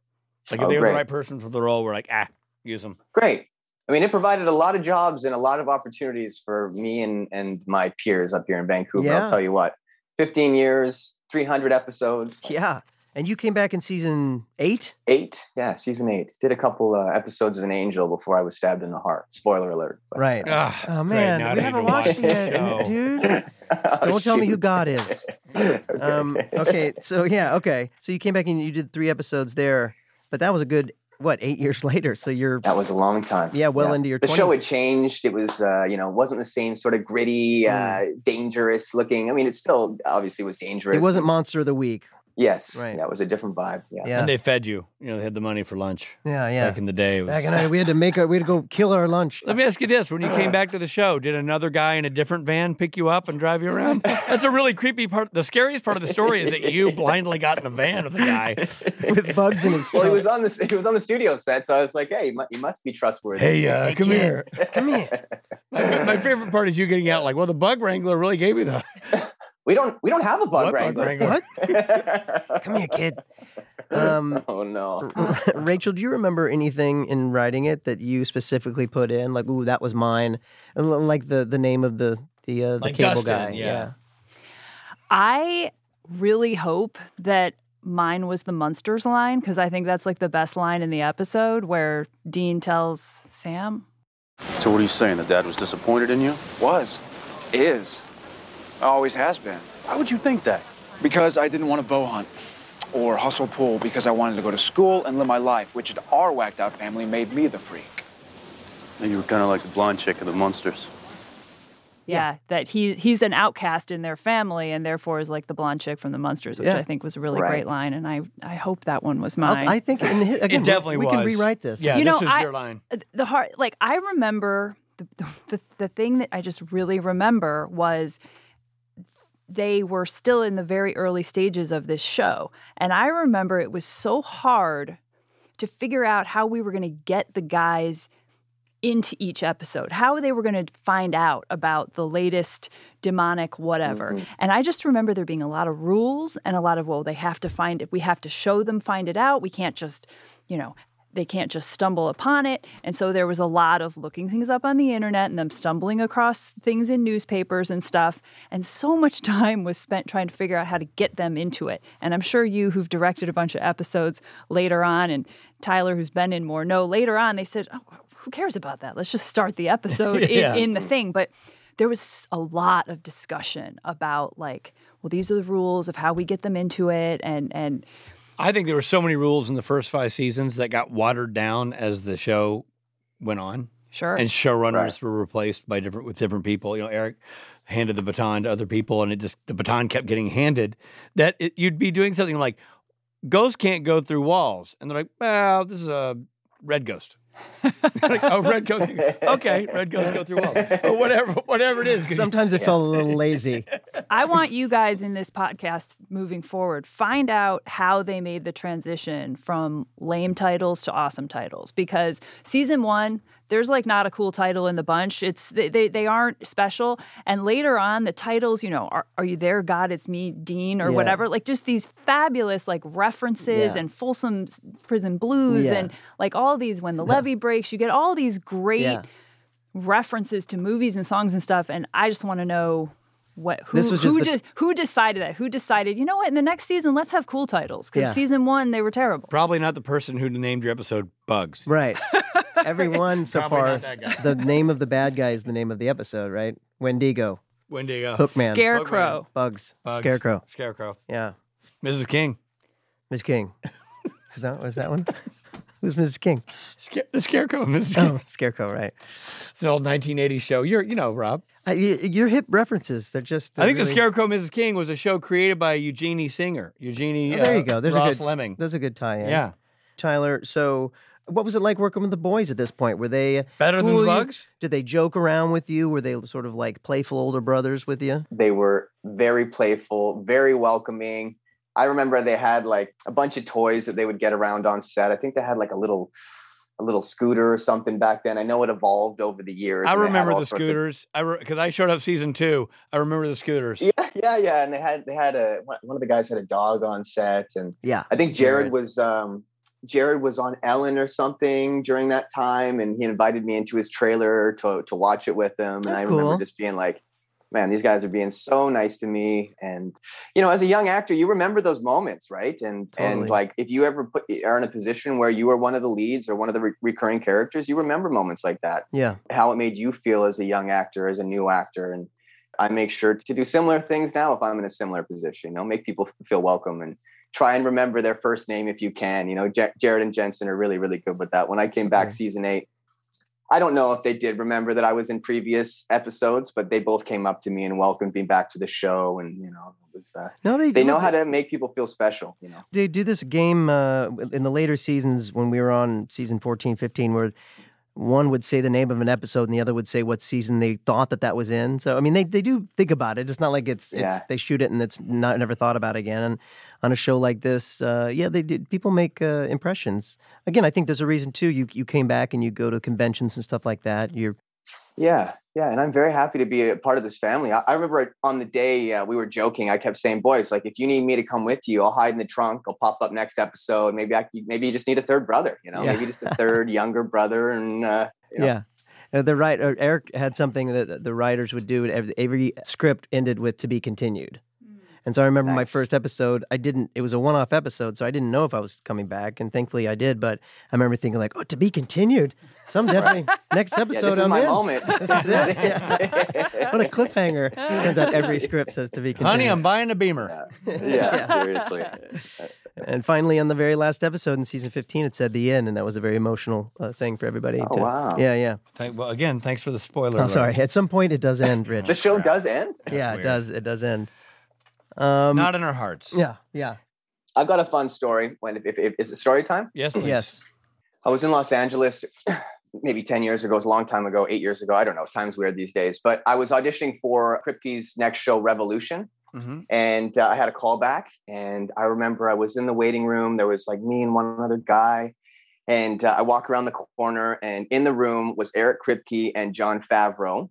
S2: Like if
S4: Oh,
S2: they were
S4: great.
S2: the right person for the role, we're like, ah, use them.
S4: Great. I mean, it provided a lot of jobs and a lot of opportunities for me and and my peers up here in Vancouver.
S1: Yeah.
S4: I'll tell you what. 15 years, 300 episodes,
S1: Yeah. And you came back in season eight?
S4: eight. Yeah, season eight. Did a couple uh, episodes as an angel before I was stabbed in the heart. Spoiler alert. but-
S1: Right.
S2: Ah,
S1: Oh
S2: great,
S1: man,
S2: now I
S1: we
S2: need
S1: haven't
S2: to
S1: watched
S2: watch the
S1: it yet,
S2: show.
S1: dude.
S4: Oh,
S1: Don't tell me who
S4: shoot.
S1: God is.
S4: okay.
S1: Um, okay, so yeah, okay. So you came back and you did three episodes there, but that was a good what eight years later. So you're
S4: That was a long time.
S1: yeah, well into your
S4: the show had
S1: twenties.
S4: changed. It was, uh, you know, wasn't the same sort of gritty,
S1: Mm.
S4: uh, dangerous looking. I mean, it still obviously was dangerous.
S1: It wasn't Monster of the Week.
S4: Yes,
S1: Right.
S4: yeah, it was a different vibe. Yeah.
S1: Yeah,
S2: And they fed you. You know, they had the money for lunch
S1: yeah, yeah.
S2: back in the day. It was-
S1: Back in the we had to make our we had to go kill our lunch.
S2: Let me ask you this: When you came back to the show, did another guy in a different van pick you up and drive you around? That's a really creepy part. The scariest part of the story is that you blindly got in a van with a guy.
S1: with bugs in his
S4: Well, he
S1: throat.
S4: was on the he was on the studio set, so I was like, "Hey, you mu- you must be trustworthy."
S2: Hey, uh, come
S1: kid.
S2: here.
S1: Come here.
S2: My, my favorite part is you getting out like, well, the bug wrangler really gave you the
S4: we don't we don't have a bug
S2: what
S4: wrangler.
S1: What? Come here, kid. Um,
S4: oh no.
S1: Rachel, do you remember anything in writing it that you specifically put in? Like, ooh, that was mine. And l- Like the the name of the the uh, the
S2: Like
S1: cable
S2: Dustin,
S1: guy.
S2: yeah.
S3: I really hope that mine was the Munsters line because I think that's like the best line in the episode where Dean tells Sam,
S7: So what are you saying? That dad was disappointed in you?
S6: Was, is, always has been.
S7: Why would you think that?
S6: Because I didn't want to bow hunt or hustle pool because I wanted to go to school and live my life, which at our whacked out family made me the freak.
S7: And you were kind of like the blind chick of the monsters.
S3: yeah, that he he's an outcast in their family and therefore is like the blonde chick from the Munsters, which
S1: Yeah.
S3: I think was a really
S4: Right.
S3: great line, and I I hope that one was
S1: I'll-
S3: mine.
S1: I think in hi- again,
S2: It definitely
S1: we, we
S2: was.
S1: can rewrite this.
S2: Yeah,
S3: You
S2: this
S3: know,
S2: was
S3: I-
S2: your line.
S3: Uh, the hard like i remember the, the the thing that i just really remember was they were still in the very early stages of this show and i remember it was so hard to figure out how we were going to get the guys into each episode how they were going to find out about the latest demonic whatever and i just remember there being a lot of rules and a lot of well they have to find it we have to show them find it out we can't just you know they can't just stumble upon it. And so there was a lot of looking things up on the internet and them stumbling across things in newspapers and stuff. And so much time was spent trying to figure out how to get them into it. And I'm sure you, who've directed a bunch of episodes later on, and Tyler, who's been in more, know later on they said, oh, who cares about that? Let's just start the episode in-
S2: Yeah.
S3: in, the thing. But there was a lot of discussion about, like, well, these are the rules of how we get them into it. And, and,
S2: I think there were so many rules in the first five seasons that got watered down as the show went on.
S3: Sure.
S2: And showrunners were replaced by different with different people. You know, Eric handed the baton to other people, and it just the baton kept getting handed. That it, you'd be doing something like ghosts can't go through walls, and they're like, "Well, this is a red ghost." like, oh, red ghost. Okay, red ghosts go through walls, or whatever, whatever it is.
S1: Sometimes it felt a little lazy.
S3: I want you guys in this podcast moving forward, find out how they made the transition from lame titles to awesome titles because season 1, there's like not a cool title in the bunch. It's they they, they aren't special and later on the titles, you know, are, are you there God it's me Dean or
S1: Yeah.
S3: whatever, like just these fabulous like references
S1: Yeah.
S3: and Folsom's Prison Blues
S1: Yeah.
S3: and like all these when the levee breaks, you get all these great
S1: Yeah.
S3: references to movies and songs and stuff and I just want to know what who
S1: This was just
S3: who,
S1: the t-
S3: de- who decided that who decided you know what in the next season let's have cool titles because
S1: Yeah.
S3: season one they were terrible
S2: Probably not the person who named your episode Bugs.
S1: Right. Everyone so
S2: Probably
S1: far,
S2: not that guy.
S1: the name of the bad guy is the name of the episode, right? Wendigo,
S2: Wendigo.
S1: Hookman,
S3: scarecrow
S1: Bugs,
S2: uh, Bugs.
S1: Scarecrow.
S2: Scarecrow.
S1: Yeah.
S2: Mrs. King.
S1: Ms. King. Was that, was that one? Who's Mrs. King?
S2: Scare- the Scarecrow. Mrs. King.
S1: Oh, Scarecrow, right.
S2: It's an old 1980s show. You're, you know, Rob.
S1: I, y- your hip references, they're just.
S2: I think
S1: they're
S2: the
S1: really-
S2: Scarecrow, Mrs. King was a show created by Eugenie Singer. Eugenie.
S1: Oh, there
S2: uh,
S1: you go. There's
S2: Ross
S1: a good,
S2: Lemming.
S1: There's a good tie-in.
S2: yeah.
S1: Tyler. So, what was it like working with the boys at this point? Were they
S2: Better than
S1: cool
S2: the
S1: you-
S2: Bugs?
S1: Did they joke around with you? Were they sort of like playful older brothers with you?
S4: They were very playful, very welcoming. I remember they had like a bunch of toys that they would get around on set. I think they had like a little a little scooter or something back then. I know it evolved over the years.
S2: I
S4: and they had
S2: remember
S4: all
S2: the
S4: sorts of-
S2: scooters. I because I showed up season two. I remember the scooters.
S4: yeah, yeah, yeah. And they had they had a one- one of the guys had a dog on set, and
S1: Yeah.
S4: I think Jared
S1: Jared.
S4: was um, Jared was on Ellen or something during that time, and he invited me into his trailer to to watch it with him. and
S1: That's
S4: I
S1: cool.
S4: remember just being like, man, these guys are being so nice to me. And you know, as a young actor, you remember those moments, right? And
S1: Totally.
S4: and like if you ever put, are in a position where you are one of the leads or one of the re- recurring characters, you remember moments like that.
S1: Yeah.
S4: How it made you feel as a young actor, as a new actor, and I make sure to do similar things now if I'm in a similar position. You know, make people feel welcome and try and remember their first name if you can. You know, J- Jared and Jensen are really really good with that. When I came back
S1: Okay.
S4: season eight. I don't know if they did remember that I was in previous episodes, but they both came up to me and welcomed me back to the show. And you know, it was uh,
S1: No, they
S4: they
S1: do
S4: know
S1: it.
S4: how to make people feel special. You know,
S1: they do this game uh, in the later seasons when we were on season 14 15 where one would say the name of an episode and the other would say what season they thought that that was in so i mean they, they do think about it it's not like it's, it's
S4: Yeah.
S1: they shoot it and it's not never thought about again and on a show like this uh, yeah they did people make uh, impressions again i think there's a reason too you, you came back and you go to conventions and stuff like that you're
S4: Yeah, yeah, and I'm very happy to be a part of this family. I, I remember on the day uh, we were joking, I kept saying, "Boys, like if you need me to come with you, I'll hide in the trunk. I'll pop up next episode. Maybe I, maybe you just need a third brother. You know,
S1: Yeah.
S4: maybe just a third younger brother." And uh, you
S1: yeah,
S4: know,
S1: Uh, the right uh, Eric had something that the- the writers would do. Every, every script ended with "to be continued," and so I remember my
S4: Mm. Nice.
S1: first episode. I didn't. It was a one-off episode, so I didn't know if I was coming back, and thankfully I did. But I remember thinking like, "Oh, to be continued." So I'm definitely next
S4: yeah,
S1: episode.
S4: this
S1: I'm
S4: is my
S1: in.
S4: moment.
S1: This is it. Yeah. what a cliffhanger! Turns out every script says "to be continued."
S2: Honey, I'm buying a Beamer.
S4: yeah, seriously.
S1: and finally, on the very last episode in season 15, it said the end, and that was a very emotional uh, thing for everybody.
S4: Oh,
S1: to-
S4: wow.
S1: Yeah, yeah.
S2: Thank, well, again, thanks for the spoiler.
S1: I'm
S2: alert.
S1: sorry. At some point, it does end,
S4: The
S1: Rich.
S4: show does end.
S1: yeah, it
S2: Weird.
S1: does. It does end. Um,
S2: Not in our hearts.
S1: Yeah, yeah,
S4: I've got a fun story. When if, if, if is it story time?
S2: Yes. Please.
S1: yes.
S4: I was in Los Angeles maybe 10 years ago, it's a long time ago, eight years ago. I don't know. Time's weird these days. But I was auditioning for Kripke's next show, Revolution.
S2: hmm
S4: And uh, I had a call back. And I remember I was in the waiting room. There was like me and one other guy. And uh, I walk around the corner, and in the room was Eric Kripke and John Favreau.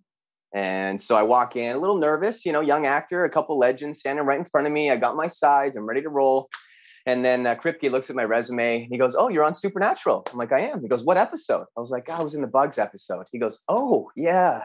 S4: And so I walk in, a little nervous, you know, young actor, a couple legends standing right in front of me. I got my sides, I'm ready to roll. And then uh, Kripke looks at my resume and he goes, Oh, you're on Supernatural. I'm like, I am. He goes, What episode? I was like, "Ah, I was in the Bugs episode. He goes, Oh, yeah.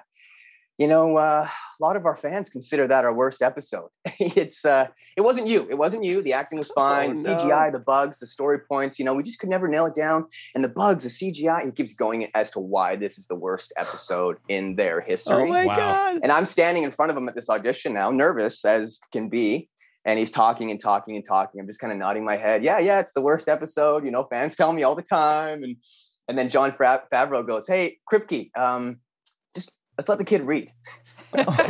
S4: You know, uh, a lot of our fans consider that our worst episode. it's uh, it wasn't you. It wasn't you. The acting was fine.
S1: no.
S4: CGI, the bugs, the story points. You know, we just could never nail it down. And the bugs, the CGI, it keeps going as to why this is the worst episode in their history.
S1: Oh my
S2: Wow.
S1: god.
S4: And I'm standing in front of him at this audition now, nervous as can be. And he's talking and talking and talking. I'm just kind of nodding my head. Yeah, yeah, it's the worst episode. You know, fans tell me all the time. And and then John Fra- Favreau goes, "Hey, Kripke, um, just let's let the kid read."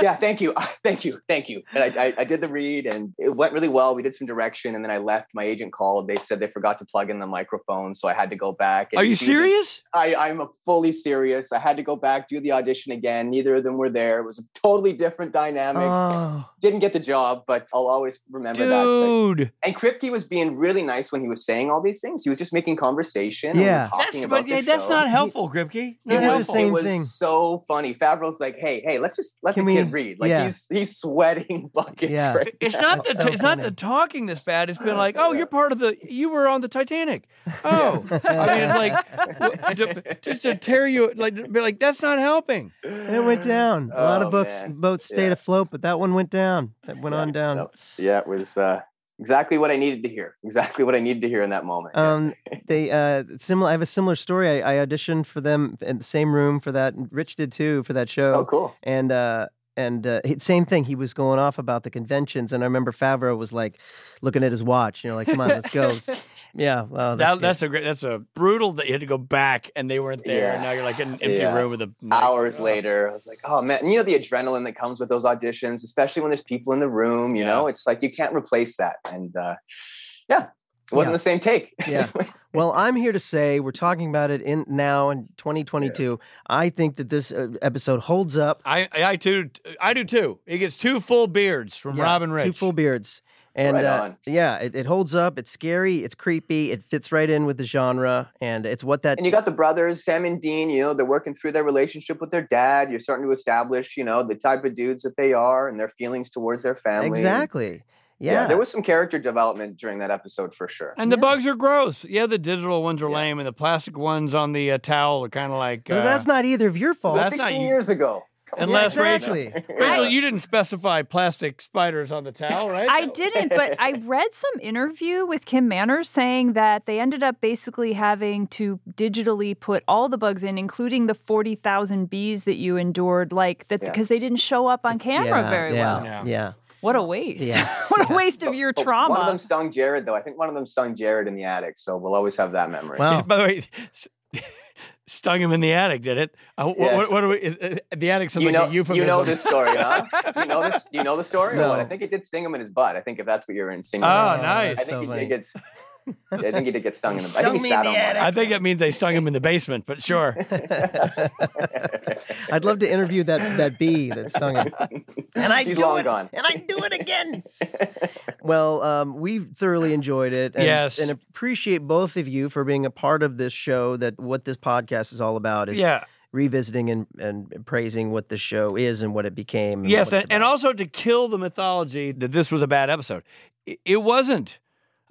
S4: yeah, thank you, thank you, thank you. And I, I, I did the read, and it went really well. We did some direction, and then I left. My agent called. They said they forgot to plug in the microphone, so I had to go back. and
S2: Are you
S4: do the-
S2: serious?
S4: I, I'm fully serious. I had to go back, do the audition again. Neither of them were there. It was a totally different dynamic.
S1: Oh,
S4: Didn't get the job, but I'll always remember that. It's like-
S2: Dude.
S4: And Kripke was being really nice when he was saying all these things. He was just making conversation. and we were
S1: Yeah.
S4: talking
S2: That's,
S4: about
S2: but, yeah,
S4: the
S2: that's
S4: show.
S2: not helpful, Gripke.
S1: He
S2: Not
S1: did the
S2: helpful.
S1: same
S4: it was
S1: thing.
S4: so funny. Favreau's like, "Hey, hey, let's just let
S1: Can
S4: the
S1: we-
S4: kid read." Like
S1: yeah.
S4: he's he's sweating buckets.
S1: Yeah.
S4: Right?
S2: It's not the
S1: That's so
S2: it's not the
S1: funny.
S2: talking that's bad. It's been like, oh, you're part of the you were on the Titanic. Oh, I mean, it's like w- to- just to tear you like to be like that's not helping.
S1: it went down. A lot of
S4: Oh,
S1: books,
S4: man.
S1: boats stayed
S4: Yeah.
S1: afloat, but that one went down. That went
S4: Yeah,
S1: on down.
S4: no. Yeah, it was uh, exactly what I needed to hear. Exactly what I needed to hear in that moment. Yeah.
S1: Um, they uh, similar. I have a similar story. I, I auditioned for them in the same room for that. Rich did too for that show.
S4: oh, cool.
S1: and uh and uh, he- same thing he was going off about the conventions and i remember favreau was like looking at his watch you know like come on let's go It's- yeah well Oh, that's,
S2: That,
S1: good.
S2: that's a great. That's a brutal. That you had to go back and they weren't there.
S4: Yeah.
S2: And now you're like in an empty
S4: Yeah.
S2: room with a
S4: hours later, I was like, oh man, and you know the adrenaline that comes with those auditions, especially when there's people in the room. You
S2: Yeah.
S4: know, it's like you can't replace that. And uh, yeah, it
S1: Yeah.
S4: wasn't the same take.
S1: Yeah. well i'm here to say we're talking about it in now in 2022 i think that this uh, episode holds up
S2: I I too I do too. It gets two full beards from
S1: Yeah,
S2: Robin Rich.
S1: two full beards and
S4: Right
S1: uh,
S4: on.
S1: yeah it, it holds up it's scary it's creepy it fits right in with the genre and it's what that
S4: and you got the brothers, Sam and Dean. You know, they're working through their relationship with their dad. You're starting to establish, you know, the type of dudes that they are and their feelings towards their family.
S1: exactly yeah,
S4: there was some character development during that episode for sure.
S2: And the
S1: Yeah.
S2: bugs are gross. Yeah, the digital ones are
S4: Yeah.
S2: lame, and the plastic ones on the uh, towel are kind of like.
S1: Well,
S2: uh,
S1: that's not either of your faults
S2: that's not
S4: Sixteen
S2: you.
S4: years ago.
S2: Unless
S1: yeah,
S2: Rachel,
S1: exactly.
S2: Rachel, you didn't specify plastic spiders on the towel, right?
S3: I didn't, but I read some interview with Kim Manners saying that they ended up basically having to digitally put all the bugs in, including the 40,000 bees that you endured, like that
S4: Yeah.
S3: because they didn't show up on camera
S1: yeah,
S3: very
S1: yeah,
S3: well.
S2: Yeah.
S1: Yeah.
S3: What a waste.
S1: Yeah.
S3: what a waste of your
S4: Oh, One of
S3: trauma.
S4: them stung Jared, though. I think one of them stung Jared in the attic, so we'll always have that memory.
S1: Wow.
S2: By the way, s- stung him in the attic, did it? Uh, wh- wh-
S4: Yes.
S2: what, do we? Is, is- the attic sounds
S4: you
S2: like a
S4: know, you,
S2: euphemism.
S4: know this story, huh? you know this. You know the story. Or what?
S1: No.
S4: I think it did sting him in his butt. I think if that's what you're insinuating.
S2: Oh,
S1: Oh,
S2: nice.
S4: I
S1: that's
S4: think
S1: so
S4: he
S1: funny.
S4: did get. I think he did get stung in the. I
S1: Stung
S4: think
S1: me
S4: he
S1: in
S4: sat
S1: the
S4: on one.
S1: attic.
S2: I think it means they stung him in the basement, but sure.
S1: I'd love to interview that that bee that stung him. And I
S4: She's
S1: do
S4: long
S1: it,
S4: gone.
S1: and I do it again. well, um, we thoroughly enjoyed it. And,
S2: Yes.
S1: and appreciate both of you for being a part of this show. That what this podcast is all about is
S2: yeah.
S1: revisiting and, and praising what the show is and what it became. And
S2: Yes,
S1: what it's
S2: and, and
S1: about.
S2: also to kill the mythology that this was a bad episode. I- It, wasn't.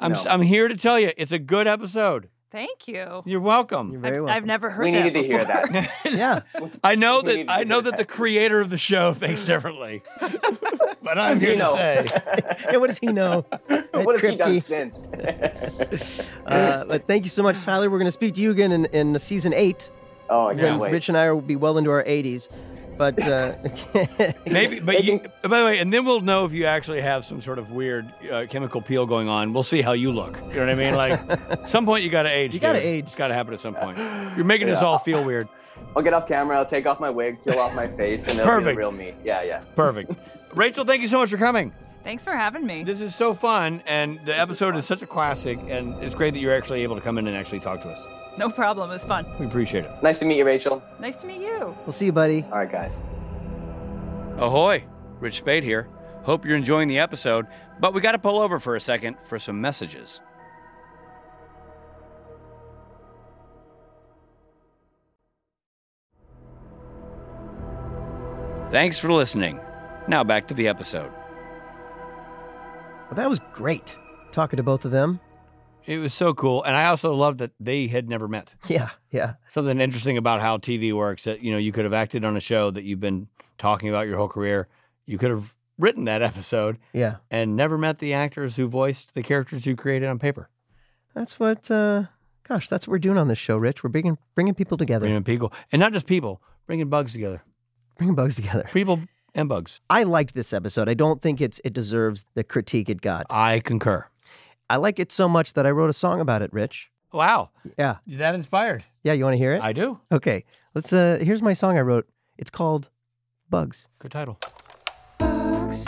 S2: I'm s
S4: No.
S2: am here to tell you, it's a good episode.
S3: Thank you.
S2: You're welcome.
S1: You're
S3: I've,
S1: very
S3: I've
S1: welcome.
S3: never heard
S4: We
S3: that
S4: needed to hear
S3: before.
S4: that.
S1: yeah,
S2: I know
S4: We
S2: that
S4: needed to
S2: I know
S4: hear
S2: that the creator of the show thinks differently, but I'm
S4: Does he
S2: here to
S4: know?
S2: say
S1: yeah. What does he know?
S4: what has he done
S1: Kripke.
S4: since?
S1: Uh, but thank you so much, Tyler. We're going to speak to you again in, in season eight.
S4: oh, I
S1: when
S4: can't wait.
S1: Rich and I will be well into our 80s. But uh,
S2: maybe. But you, by the way, and then we'll know if you actually have some sort of weird uh, chemical peel going on. We'll see how you look. You know what I mean? Like, some point you got to age.
S1: You gotta
S2: dude.
S1: age.
S2: It's got to happen at some point. You're making us
S4: Yeah.
S2: all feel weird.
S4: I'll get off camera. I'll take off my wig, peel off my face, and it'll be the
S2: Perfect.
S4: real me. Yeah, yeah.
S2: Perfect. Rachel, thank you so much for coming.
S3: Thanks for having me.
S2: This is so fun, and the episode is, such a classic, and it's great that you're actually able to come in and actually talk to us.
S3: No problem. It was fun.
S2: We appreciate it.
S4: Nice to meet you, Rachel.
S3: Nice to meet you.
S1: we'll see you, buddy.
S4: All right, guys.
S2: Ahoy! Rich Spade here. Hope you're enjoying the episode, but we got to pull over for a second for some messages. Thanks for listening. Now back to the episode.
S1: Well, that was great talking to both of them.
S2: It was so cool, and I also loved that they had never met.
S1: Yeah, yeah,
S2: something interesting about how TV works that you know you could have acted on a show that you've been talking about your whole career. You could have written that episode
S1: yeah.
S2: and never met the actors who voiced the characters you created on paper.
S1: That's what, uh, gosh, that's what we're doing on this show, Rich. We're bringing, bringing people together,
S2: Bringing people, and not just people, bringing bugs together,
S1: bringing bugs together.
S2: people and bugs.
S1: I liked this episode. I don't think it's it deserves the critique it got.
S2: I concur.
S1: I like it so much that I wrote a song about it, Rich.
S2: Wow,
S1: Yeah,
S2: that inspired.
S1: yeah. You want to hear it?
S2: I do.
S1: okay, let's. Uh, here's my song I wrote. It's called Bugs.
S2: Good title.
S8: bugs.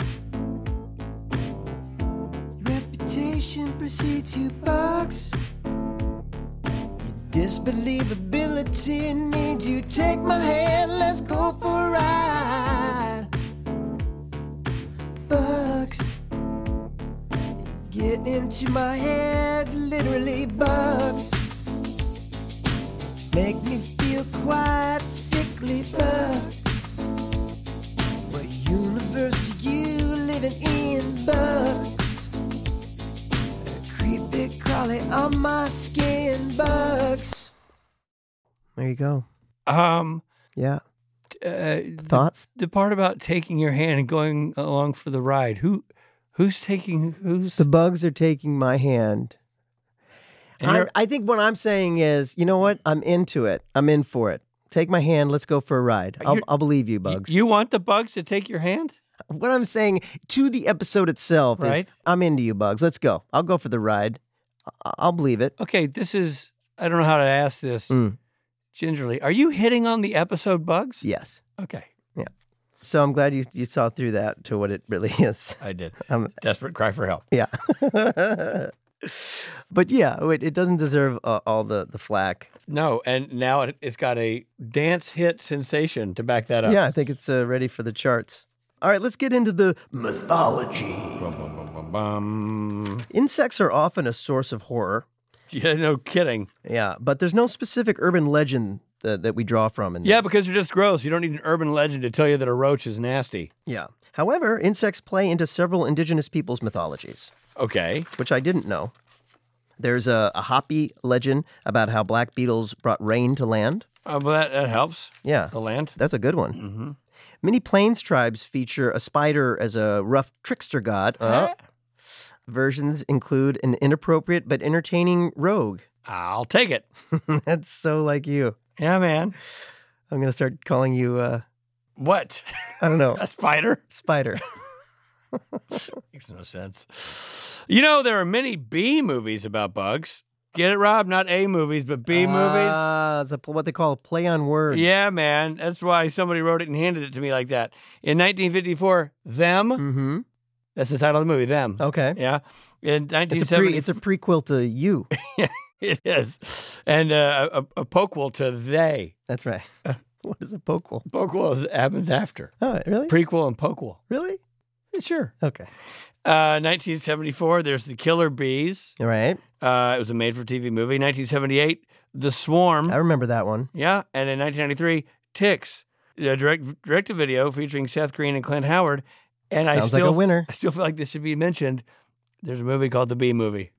S8: Your reputation precedes you, bugs. Your disbelievability needs you. Take my hand, let's go for a ride. Bugs. Get into my head, literally, bugs. Make me feel quite sickly, bugs. What universe are you living in? Bugs. Creepy crawling on my skin. Bugs.
S1: There you go.
S2: Um,
S1: Yeah.
S2: uh,
S1: Thoughts?
S2: the part about taking your hand and going along for the ride. Who, who's taking? Who's
S1: The bugs are taking my hand.
S2: and
S1: I'm-
S2: you're-
S1: I think what I'm saying is, you know what? I'm into it. I'm in for it. Take my hand. Let's go for a ride. I'll,
S2: Uh, You're-
S1: I'll believe you, bugs.
S2: You want the bugs to take your hand?
S1: what I'm saying to the episode itself
S2: Right.
S1: is, I'm into you, bugs. Let's go. I'll go for the ride. I- I'll believe it.
S2: Okay, this is I don't know how to ask this
S1: Mm.
S2: gingerly. Are you hitting on the episode bugs?
S1: Yes.
S2: Okay.
S1: So I'm glad you, you saw through that to what it really is.
S2: I did.
S1: Um,
S2: Desperate cry for help.
S1: Yeah. but yeah, it, it doesn't deserve uh, all the, the flack.
S2: No, and now it, it's got a dance hit sensation to back that up.
S1: Yeah, I think it's uh, ready for the charts. All right, let's get into the mythology.
S2: Bum, bum, bum, bum, bum.
S1: Insects are often a source of horror.
S2: Yeah, no kidding.
S1: Yeah, but there's no specific urban legend that, that we draw from. In
S2: Yeah,
S1: this.
S2: because they're just gross. You don't need an urban legend to tell you that a roach is nasty.
S1: yeah. However, insects play into several indigenous peoples' mythologies,
S2: Okay.
S1: which I didn't know. There's a, a Hopi legend about how black beetles brought rain to land.
S2: Uh, well, that, that helps.
S1: Yeah,
S2: The land.
S1: that's a good one. Many Plains tribes feature a spider as a rough trickster god.
S2: Uh-huh.
S1: Versions include an inappropriate but entertaining rogue.
S2: I'll take it.
S1: That's so like you.
S2: Yeah, man.
S1: I'm gonna start calling you. Uh,
S2: What?
S1: I don't know,
S2: A spider?
S1: spider.
S2: Makes no sense. You know, there are many B movies about bugs. Get it, Rob? Not A movies, but B movies.
S1: Ah, it's a, pl- what they call a play on words.
S2: Yeah, man. That's why somebody wrote it and handed it to me like that. In 1954, Them.
S1: Mm-hmm.
S2: That's the title of the movie, Them.
S1: Okay.
S2: Yeah. In 1970,
S1: It's a pre, it's a prequel to you.
S2: it is. And uh, a, a poquel to They.
S1: That's right. what is a poquel?
S2: Poquel is, happens after.
S1: Oh, really?
S2: Prequel and poquel.
S1: really?
S2: Sure.
S1: Okay.
S2: Uh, 1974, there's The Killer Bees.
S1: All right.
S2: Uh, it was a made for TV movie. 1978, The Swarm.
S1: I remember that one.
S2: Yeah, and in 1993, Ticks, a direct direct to video featuring Seth Green and Clint Howard. And I
S1: Sounds like
S2: still,
S1: a winner.
S2: I still feel like this should be mentioned. There's a movie called The Bee Movie,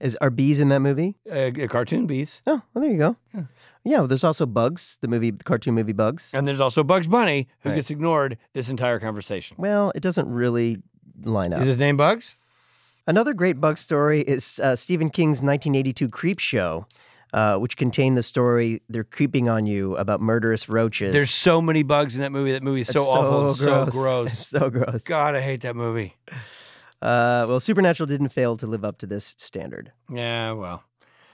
S1: Is are bees in that movie?
S2: uh, g- cartoon bees,
S1: Oh, well, there you go. Yeah. well, there's also Bugs, the movie, the cartoon movie Bugs.
S2: and there's also Bugs Bunny, who
S1: Right.
S2: gets ignored this entire conversation.
S1: Well, it doesn't really line up.
S2: Is his name Bugs?
S1: Another great bug story is uh, Stephen King's 1982 Creep Show, uh, which contained the story "They're creeping on you" about murderous roaches.
S2: There's so many bugs in that movie. That movie is
S1: It's
S2: so, awful, and so
S1: It's
S2: gross.
S1: so gross.
S2: God, I hate that movie.
S1: Uh, well, Supernatural didn't fail to live up to this standard.
S2: Yeah, well,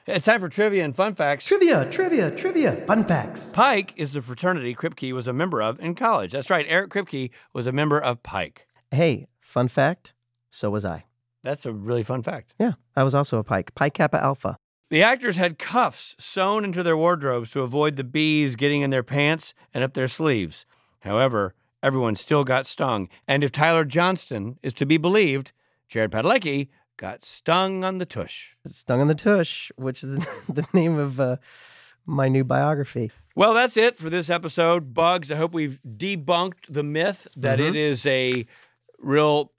S2: it's time for trivia and fun facts.
S1: Trivia, trivia, trivia, fun facts.
S2: Pike is the fraternity Kripke was a member of in college. That's right. Eric Kripke was a member of Pike.
S1: Hey, fun fact. So was I.
S2: That's a really fun fact.
S1: Yeah, I was also a Pike. Pi Kappa Alpha.
S2: The actors had cuffs sewn into their wardrobes to avoid the bees getting in their pants and up their sleeves. However, everyone still got stung. And if Tyler Johnston is to be believed, Jared Padalecki got stung on the tush.
S1: Stung on the tush, which is the name of uh, my new biography.
S2: Well, that's it for this episode. Bugs, I hope we've debunked the myth that it is a real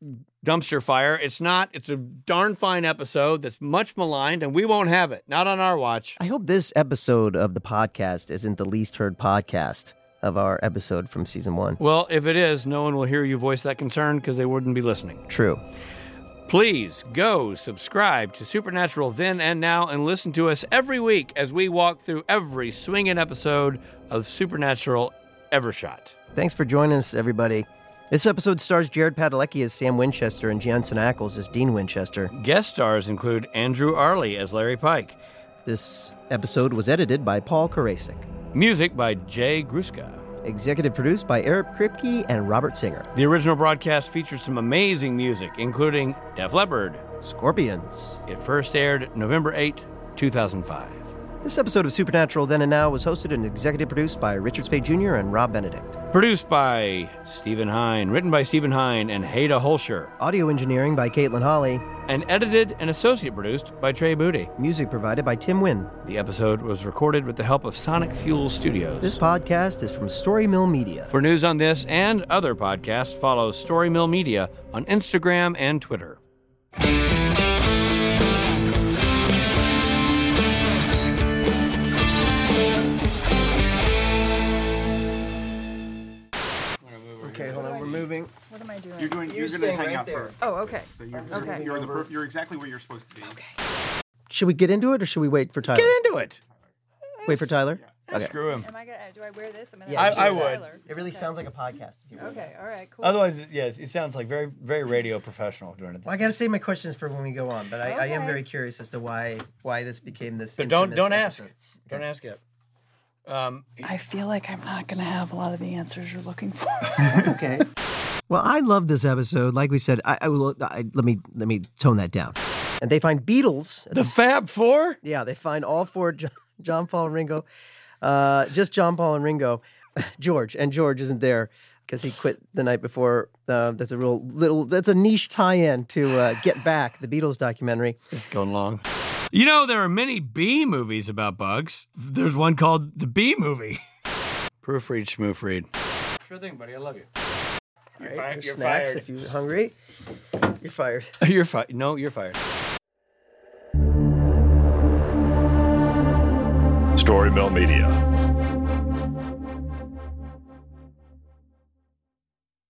S2: dumpster fire. It's not. It's a darn fine episode that's much maligned, and we won't have it. Not on our watch.
S1: I hope this episode of the podcast isn't the least heard podcast of our episode from season one.
S2: Well, if it is, no one will hear you voice that concern because they wouldn't be listening.
S1: True.
S2: Please go subscribe to Supernatural Then and Now and listen to us every week as we walk through every swinging episode of Supernatural Evershot.
S1: Thanks for joining us, everybody. This episode stars Jared Padalecki as Sam Winchester and Jansen Ackles as Dean Winchester.
S2: Guest stars include Andrew Arley as Larry Pike.
S1: This episode was edited by Paul Karasik.
S2: Music by Jay Gruska.
S1: Executive produced by Eric Kripke and Robert Singer.
S2: The original broadcast featured some amazing music, including Def Leppard.
S1: Scorpions.
S2: It first aired November 8, 2005.
S1: This episode of Supernatural Then and Now was hosted and executive produced by Richard Spade Jr. and Rob Benedict.
S2: Produced by Stephen Hine, written by Stephen Hine and Haida Holscher,
S1: Audio engineering by Caitlin Holly.
S2: and edited and associate produced by Trey Booty.
S1: Music provided by Tim Wynn.
S2: The episode was recorded with the help of Sonic Fuel Studios.
S1: This podcast is from Story Mill Media.
S2: For news on this and other podcasts, follow Story Mill Media on Instagram and Twitter.
S1: Okay, hold on, we're moving.
S3: What am I doing?
S9: You're doing. You're,
S1: staying
S9: going to hang
S1: right
S9: out
S1: there.
S9: for.
S3: oh, okay.
S9: So you're,
S3: Okay.
S9: you're, in the, per- you're exactly where you're supposed to be.
S1: Should we get into it or should we wait for Tyler?
S2: Get into it.
S1: Wait for Tyler? Okay.
S2: Screw him.
S3: Am I gonna? Do I wear this? I'm gonna.
S1: Yeah, I- I
S2: would.
S1: It really sounds like a podcast. If you will.
S3: Okay. All right. Cool.
S2: Otherwise, yes, it sounds like very, very radio professional doing it.
S1: Well, I gotta save my questions for when we go on, but I, I am
S3: Okay.
S1: very curious as to why why this became this.
S2: But don't
S1: infamous
S2: don't ask.
S1: episode.
S2: Don't ask it. Um,
S3: I feel like I'm not gonna have a lot of the answers you're looking for.
S1: Okay. well, I love this episode. Like we said, I, I will. I, let me let me tone that down. And they find Beatles.
S2: the Fab Four.
S1: Yeah, they find all four John, John Paul and Ringo. Uh, just John Paul and Ringo. George and George isn't there because he quit the night before. Uh, that's a real little. That's a niche tie-in to uh, Get Back, the Beatles documentary.
S2: It's going long. You know there are many B movies about bugs. There's one called the B Movie. Proofread, schmoofread. Sure thing, buddy. I love you. You're fired.
S1: There's
S2: You're
S1: snacks
S2: fired.
S1: if you're hungry. You're fired.
S2: You're fired. No, you're fired.
S10: Story Mill Media.